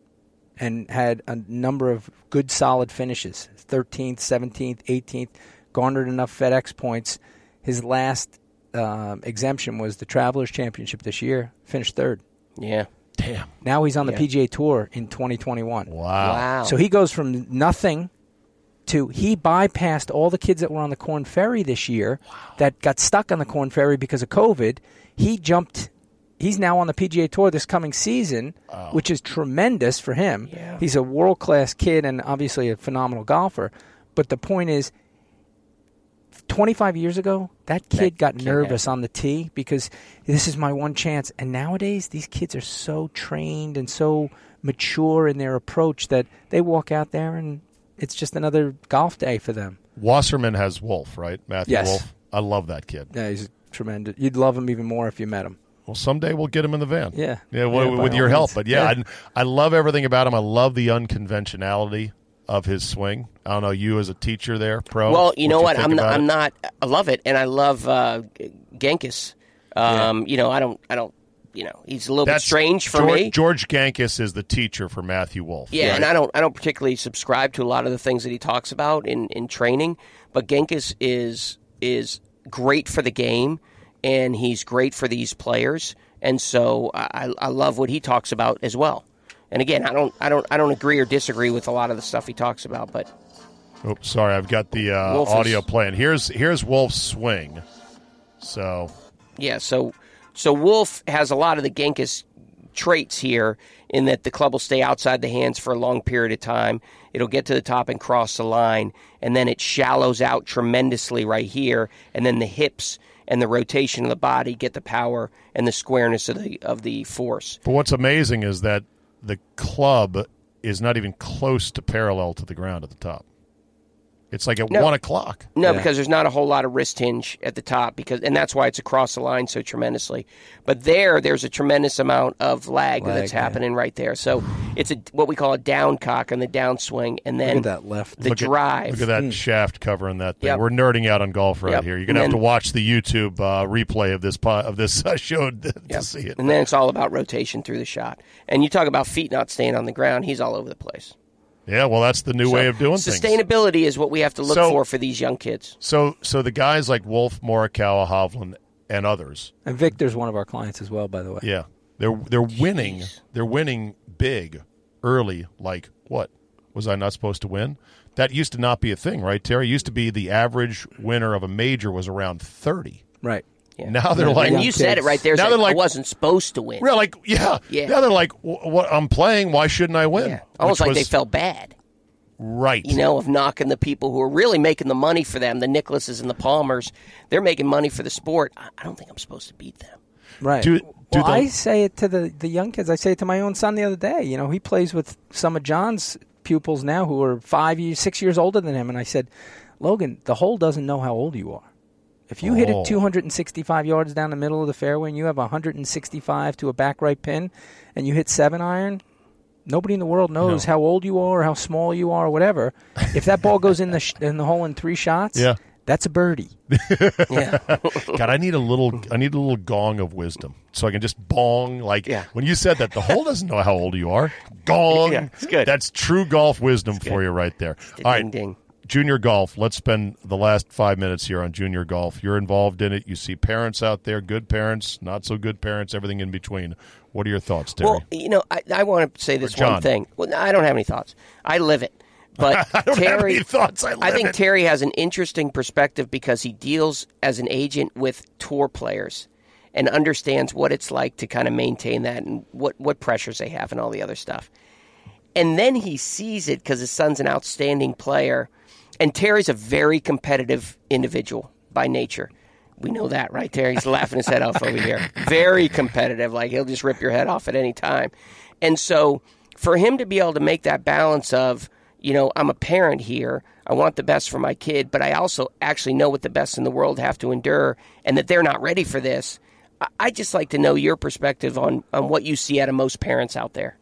Speaker 4: and had a number of good solid finishes 13th, 17th, 18th, garnered enough FedEx points. His last um, exemption was the Travelers Championship this year, finished third.
Speaker 3: Yeah.
Speaker 2: Damn.
Speaker 4: Now he's on the PGA Tour in 2021.
Speaker 2: Wow.
Speaker 3: Wow.
Speaker 4: So he goes from nothing to he bypassed all the kids that were on the Corn Ferry this year that got stuck on the Corn Ferry because of COVID. He jumped. He's now on the PGA Tour this coming season, which is tremendous for him.
Speaker 3: Yeah.
Speaker 4: He's a world class kid and obviously a phenomenal golfer. But the point is, 25 years ago, that kid got
Speaker 3: kid
Speaker 4: nervous on the tee because this is my one chance. And nowadays, these kids are so trained and so mature in their approach that they walk out there and it's just another golf day for them.
Speaker 2: Wasserman has Wolf, right? Matthew
Speaker 4: Yes.
Speaker 2: Wolf. I love that kid.
Speaker 4: Yeah, he's tremendous. You'd love him even more if you met him.
Speaker 2: Well, someday we'll get him in the van.
Speaker 4: Yeah.
Speaker 2: Yeah, w-
Speaker 4: Yeah, by
Speaker 2: with
Speaker 4: all
Speaker 2: your help.
Speaker 4: means.
Speaker 2: But yeah,
Speaker 4: Yeah.
Speaker 2: I, I love everything about him. I love the unconventionality of his swing. I don't know, you as a teacher there, pro.
Speaker 3: Well, you know what?
Speaker 2: Oh, think
Speaker 3: I'm not,
Speaker 2: about
Speaker 3: I'm
Speaker 2: it?
Speaker 3: not. I love it, and I love uh, Genkis. Um, You know, I don't. I don't. You know, he's a little bit strange for
Speaker 2: George,
Speaker 3: me.
Speaker 2: George Gankis is the teacher for Matthew Wolf.
Speaker 3: yeah, and I don't. I don't particularly subscribe to a lot of the things that he talks about in in training. But Genkis is is great for the game, and he's great for these players. And so I, I I love what he talks about as well. And again, I don't. I don't. I don't agree or disagree with a lot of the stuff he talks about, but.
Speaker 2: Oops, sorry, I've got the uh,
Speaker 3: Wolf is-
Speaker 2: audio playing. Here's here's Wolf's swing. So
Speaker 3: Yeah, so so Wolf has a lot of the Genghis traits here in that the club will stay outside the hands for a long period of time. It'll get to the top and cross the line, and then it shallows out tremendously right here, and then the hips and the rotation of the body get the power and the squareness of the of the force.
Speaker 2: But what's amazing is that the club is not even close to parallel to the ground at the top. It's like at
Speaker 3: No.
Speaker 2: one o'clock.
Speaker 3: No,
Speaker 4: Yeah.
Speaker 3: because there's not a whole lot of wrist hinge at the top because and that's why it's across the line so tremendously. But there there's a tremendous amount of lag,
Speaker 4: Lag,
Speaker 3: that's
Speaker 4: yeah.
Speaker 3: happening right there. So it's a what we call a down cock and the downswing and then
Speaker 4: Look at that left.
Speaker 3: the
Speaker 2: Look at-
Speaker 3: drive. Mm.
Speaker 2: look at that shaft covering that thing.
Speaker 3: Yep.
Speaker 2: We're nerding out on golf right
Speaker 3: Yep.
Speaker 2: here. You're gonna
Speaker 3: And
Speaker 2: have to
Speaker 3: then-
Speaker 2: watch the YouTube uh, replay of this po- of this uh, show to
Speaker 3: Yep. Mm.
Speaker 2: see it.
Speaker 3: And then it's all about rotation through the shot. And you talk about feet not staying on the ground, he's all over the place.
Speaker 2: yeah, well, that's the new way of doing things.
Speaker 3: Sustainability is what we have to look
Speaker 2: So-
Speaker 3: for for these young kids.
Speaker 2: So, so the guys like Wolf, Morikawa, Hovland, and others.
Speaker 4: And Victor's one of our clients as well, by the way.
Speaker 2: Yeah, they're they're winning. They're winning big early. Like what was I not supposed to win? That used to not be a thing, right, Terry? It used to be the average winner of a major was around thirty.
Speaker 4: Right.
Speaker 3: Yeah.
Speaker 2: Now they're
Speaker 4: Yeah,
Speaker 2: like,
Speaker 3: and
Speaker 4: young
Speaker 3: you said it
Speaker 4: kids.
Speaker 3: right there.
Speaker 2: Now
Speaker 3: Zach,
Speaker 2: they're like-
Speaker 3: I wasn't supposed to win.
Speaker 2: yeah, like yeah.
Speaker 3: Yeah.
Speaker 2: Now they're like, "Wh- what? I'm playing. Why shouldn't I win?
Speaker 3: Yeah. Almost
Speaker 2: Which
Speaker 3: like they
Speaker 2: was
Speaker 3: felt bad,
Speaker 2: right.
Speaker 3: you know, of knocking the people who are really making the money for them, the Nicholases and the Palmers. They're making money for the sport. I I don't think I'm supposed to beat them.
Speaker 4: Right.
Speaker 2: Do- do
Speaker 4: well,
Speaker 2: the-
Speaker 4: I say it to the, the young kids. I say it to my own son the other day. You know, he plays with some of John's pupils now who are five years, six years older than him. And I said, Logan, the hole doesn't know how old you are. If you hit
Speaker 2: Oh.
Speaker 4: it 265 yards down the middle of the fairway and you have 165 to a back right pin and you hit seven iron, nobody in the world knows how old you are or how small you are or whatever. If that ball goes in the sh- in the hole in three shots,
Speaker 2: Yeah.
Speaker 4: that's a birdie.
Speaker 3: Yeah.
Speaker 2: God, I need a little. I need a little gong of wisdom so I can just bong. Like
Speaker 3: Yeah.
Speaker 2: when you said that, the hole doesn't know how old you are. Gong.
Speaker 3: Yeah, it's good.
Speaker 2: That's true golf wisdom for you right there.
Speaker 3: the
Speaker 2: All right,
Speaker 3: ding ding.
Speaker 2: junior golf. Let's spend the last five minutes here on junior golf. You're involved in it. You see parents out there, good parents, not so good parents, everything in between. What are your thoughts, Terry?
Speaker 3: Well, you know, I, I want to say this
Speaker 2: John.
Speaker 3: one thing. Well, no, I don't have any thoughts. I live it. But
Speaker 2: don't have
Speaker 3: Terry,
Speaker 2: any thoughts. I live
Speaker 3: think
Speaker 2: it.
Speaker 3: Terry has an interesting perspective because he deals as an agent with tour players, and understands what it's like to kind of maintain that and what, what pressures they have and all the other stuff. And then he sees it because his son's an outstanding player. And Terry's a very competitive individual by nature. We know that, right, Terry? He's laughing his head off over here. Very competitive. Like he'll just rip your head off at any time. And so for him to be able to make that balance of, you know, I'm a parent here. I want the best for my kid, but I also actually know what the best in the world have to endure and that they're not ready for this. I- I'd just like to know your perspective on, on what you see out of most parents out there.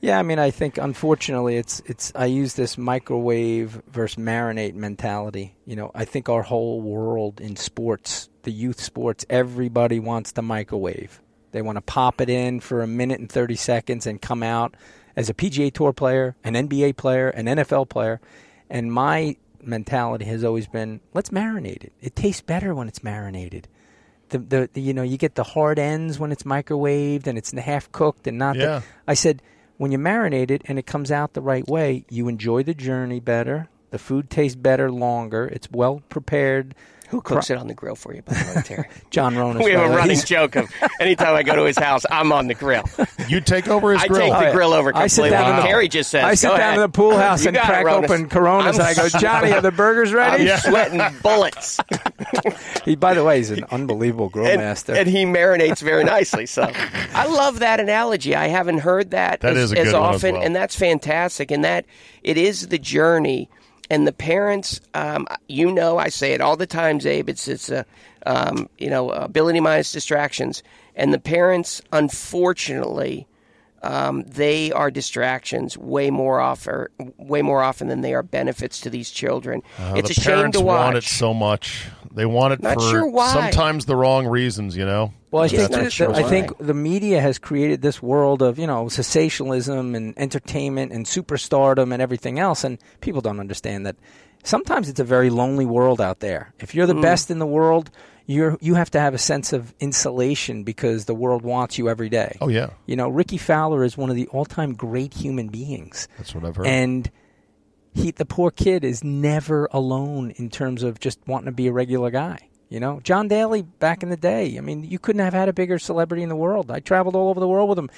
Speaker 4: Yeah, I mean, I think unfortunately, it's it's. I use this microwave versus marinate mentality. You know, I think our whole world in sports, the youth sports, everybody wants the microwave. They want to pop it in for a minute and thirty seconds and come out as a PGA Tour player, an NBA player, an NFL player. And my mentality has always been, let's marinate it. It tastes better when it's marinated. The, the, the you know you get the hard ends when it's microwaved and it's half cooked and not. the-
Speaker 2: Yeah.
Speaker 4: I said, when you marinate it and it comes out the right way, you enjoy the journey better. The food tastes better longer. It's well prepared.
Speaker 3: Who cooks it on the grill for you, by the way, Terry?
Speaker 4: John Ronas.
Speaker 3: we have
Speaker 4: by the
Speaker 3: a
Speaker 4: way.
Speaker 3: running
Speaker 4: He's-
Speaker 3: joke of anytime I go to his house, I'm on the grill.
Speaker 2: You take over his
Speaker 3: I
Speaker 2: grill.
Speaker 3: take
Speaker 4: Oh,
Speaker 3: the
Speaker 4: yeah.
Speaker 3: grill over
Speaker 4: I sit
Speaker 3: completely.
Speaker 4: down in the-
Speaker 3: Terry just says,
Speaker 4: I sit
Speaker 3: "Go
Speaker 4: down in
Speaker 3: ahead."
Speaker 4: the pool house
Speaker 3: You
Speaker 4: and
Speaker 3: got it,
Speaker 4: crack
Speaker 3: Ronas.
Speaker 4: open Coronas.
Speaker 3: I'm
Speaker 4: I go,
Speaker 3: s-
Speaker 4: Johnny, are the burgers ready?
Speaker 3: I'm sweating bullets.
Speaker 4: He, by the way, he's an unbelievable grill
Speaker 3: and,
Speaker 4: master.
Speaker 3: and he marinates very nicely. So I love that analogy. I haven't heard that,
Speaker 2: That is
Speaker 3: as,
Speaker 2: a
Speaker 3: as
Speaker 2: good one as
Speaker 3: often,
Speaker 2: well.
Speaker 3: and that's fantastic. And that it is the journey. And the parents, um, you know, I say it all the time, Zabe. It's it's a um, you know ability minus distractions, and the parents, unfortunately, um, they are distractions way more often, way more often than they are benefits to these children.
Speaker 2: Uh,
Speaker 3: it's
Speaker 2: the
Speaker 3: a shame
Speaker 2: parents
Speaker 3: to watch.
Speaker 2: want it so much. They want it
Speaker 3: Not
Speaker 2: for
Speaker 3: sure why.
Speaker 2: sometimes the wrong reasons, you know.
Speaker 4: Well, I
Speaker 2: But
Speaker 4: think,
Speaker 2: that's
Speaker 3: not
Speaker 4: the-
Speaker 3: sure
Speaker 4: I
Speaker 3: why.
Speaker 4: think the media has created this world of you know sensationalism and entertainment and superstardom and everything else, and people don't understand that sometimes it's a very lonely world out there. If you're the
Speaker 2: Mm.
Speaker 4: best in the world, you're you have to have a sense of insulation because the world wants you every day.
Speaker 2: Oh, yeah.
Speaker 4: you know Ricky Fowler is one of the all-time great human beings.
Speaker 2: That's what I've heard.
Speaker 4: And he, the poor kid, is never alone in terms of just wanting to be a regular guy. You know, John Daly back in the day. I mean, you couldn't have had a bigger celebrity in the world. I traveled all over the world with him.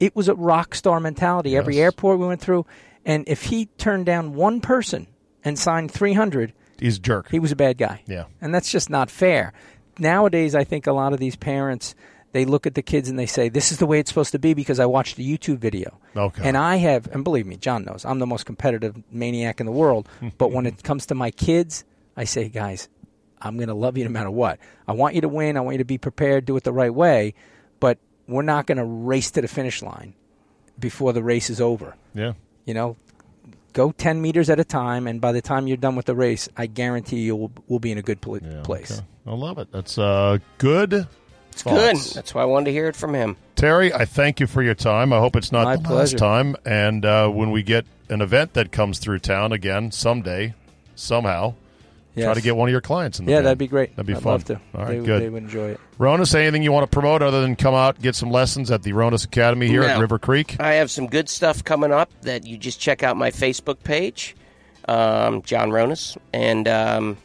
Speaker 4: It was a rock star mentality. Every airport we went through, and if he turned down one person and signed three hundred,
Speaker 2: He's a jerk.
Speaker 4: he was a bad guy.
Speaker 2: Yeah.
Speaker 4: And that's just not fair. Nowadays, I think a lot of these parents, they look at the kids and they say, this is the way it's supposed to be because I watched a YouTube video.
Speaker 2: Okay.
Speaker 4: And I have, and believe me, John knows, I'm the most competitive maniac in the world. but when it comes to my kids, I say, guys, I'm going to love you no matter what. I want you to win. I want you to be prepared, do it the right way. But we're not going to race to the finish line before the race is over.
Speaker 2: yeah.
Speaker 4: You know, go 10 meters at a time, and by the time you're done with the race, I guarantee you will will be in a good pl-
Speaker 2: Yeah,
Speaker 4: place.
Speaker 2: okay. I love it. That's uh, good. It's
Speaker 3: Good. That's why I wanted to hear it from him.
Speaker 2: Terry, I thank you for your time. I hope it's not
Speaker 4: My
Speaker 2: the last
Speaker 4: pleasure.
Speaker 2: time. And uh, when we get an event that comes through town again someday, somehow, try
Speaker 4: Yes.
Speaker 2: to get one of your clients in the
Speaker 4: Yeah,
Speaker 2: van.
Speaker 4: that'd be great.
Speaker 2: That'd be
Speaker 4: I'd
Speaker 2: fun.
Speaker 4: Love to.
Speaker 2: All right,
Speaker 4: they, would-
Speaker 2: good.
Speaker 4: They would enjoy it.
Speaker 2: Ronas, anything you want to promote other than come out, get some lessons at the Ronas Academy here at
Speaker 3: No.
Speaker 2: River Creek?
Speaker 3: I have some good stuff coming up that you just check out my Facebook page, um, John Ronas, and um,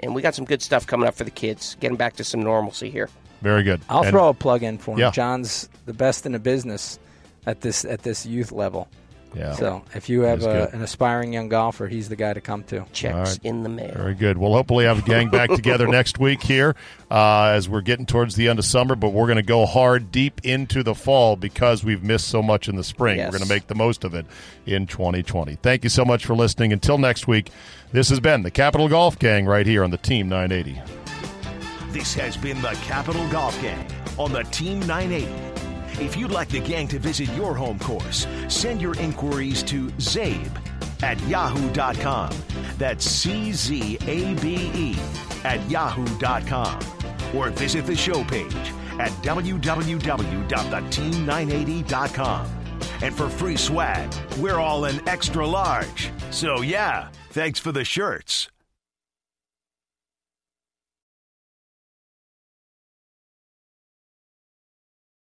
Speaker 3: and we got some good stuff coming up for the kids, getting back to some normalcy here.
Speaker 2: Very good.
Speaker 4: I'll
Speaker 2: And-
Speaker 4: throw a plug in for him.
Speaker 2: Yeah.
Speaker 4: John's the best in the business at this at this youth level.
Speaker 2: Yeah.
Speaker 4: So if you have
Speaker 2: He's
Speaker 4: a,
Speaker 2: good.
Speaker 4: an aspiring young golfer, he's the guy to come to.
Speaker 3: Checks in the mail.
Speaker 2: Very good. We'll hopefully have a gang back together next week here uh, as we're getting towards the end of summer, but we're going to go hard deep into the fall because we've missed so much in the spring.
Speaker 3: Yes.
Speaker 2: We're going to make the most of it in 2020. Thank you so much for listening. Until next week, this has been the Capital Golf Gang right here on the Team 980.
Speaker 1: This has been the Capital Golf Gang on the Team 980. If you'd like the gang to visit your home course, send your inquiries to Zabe at yahoo.com. That's C Z A B E at yahoo.com. Or visit the show page at www.theteam980.com. And for free swag, we're all in extra large. So, yeah, thanks for the shirts.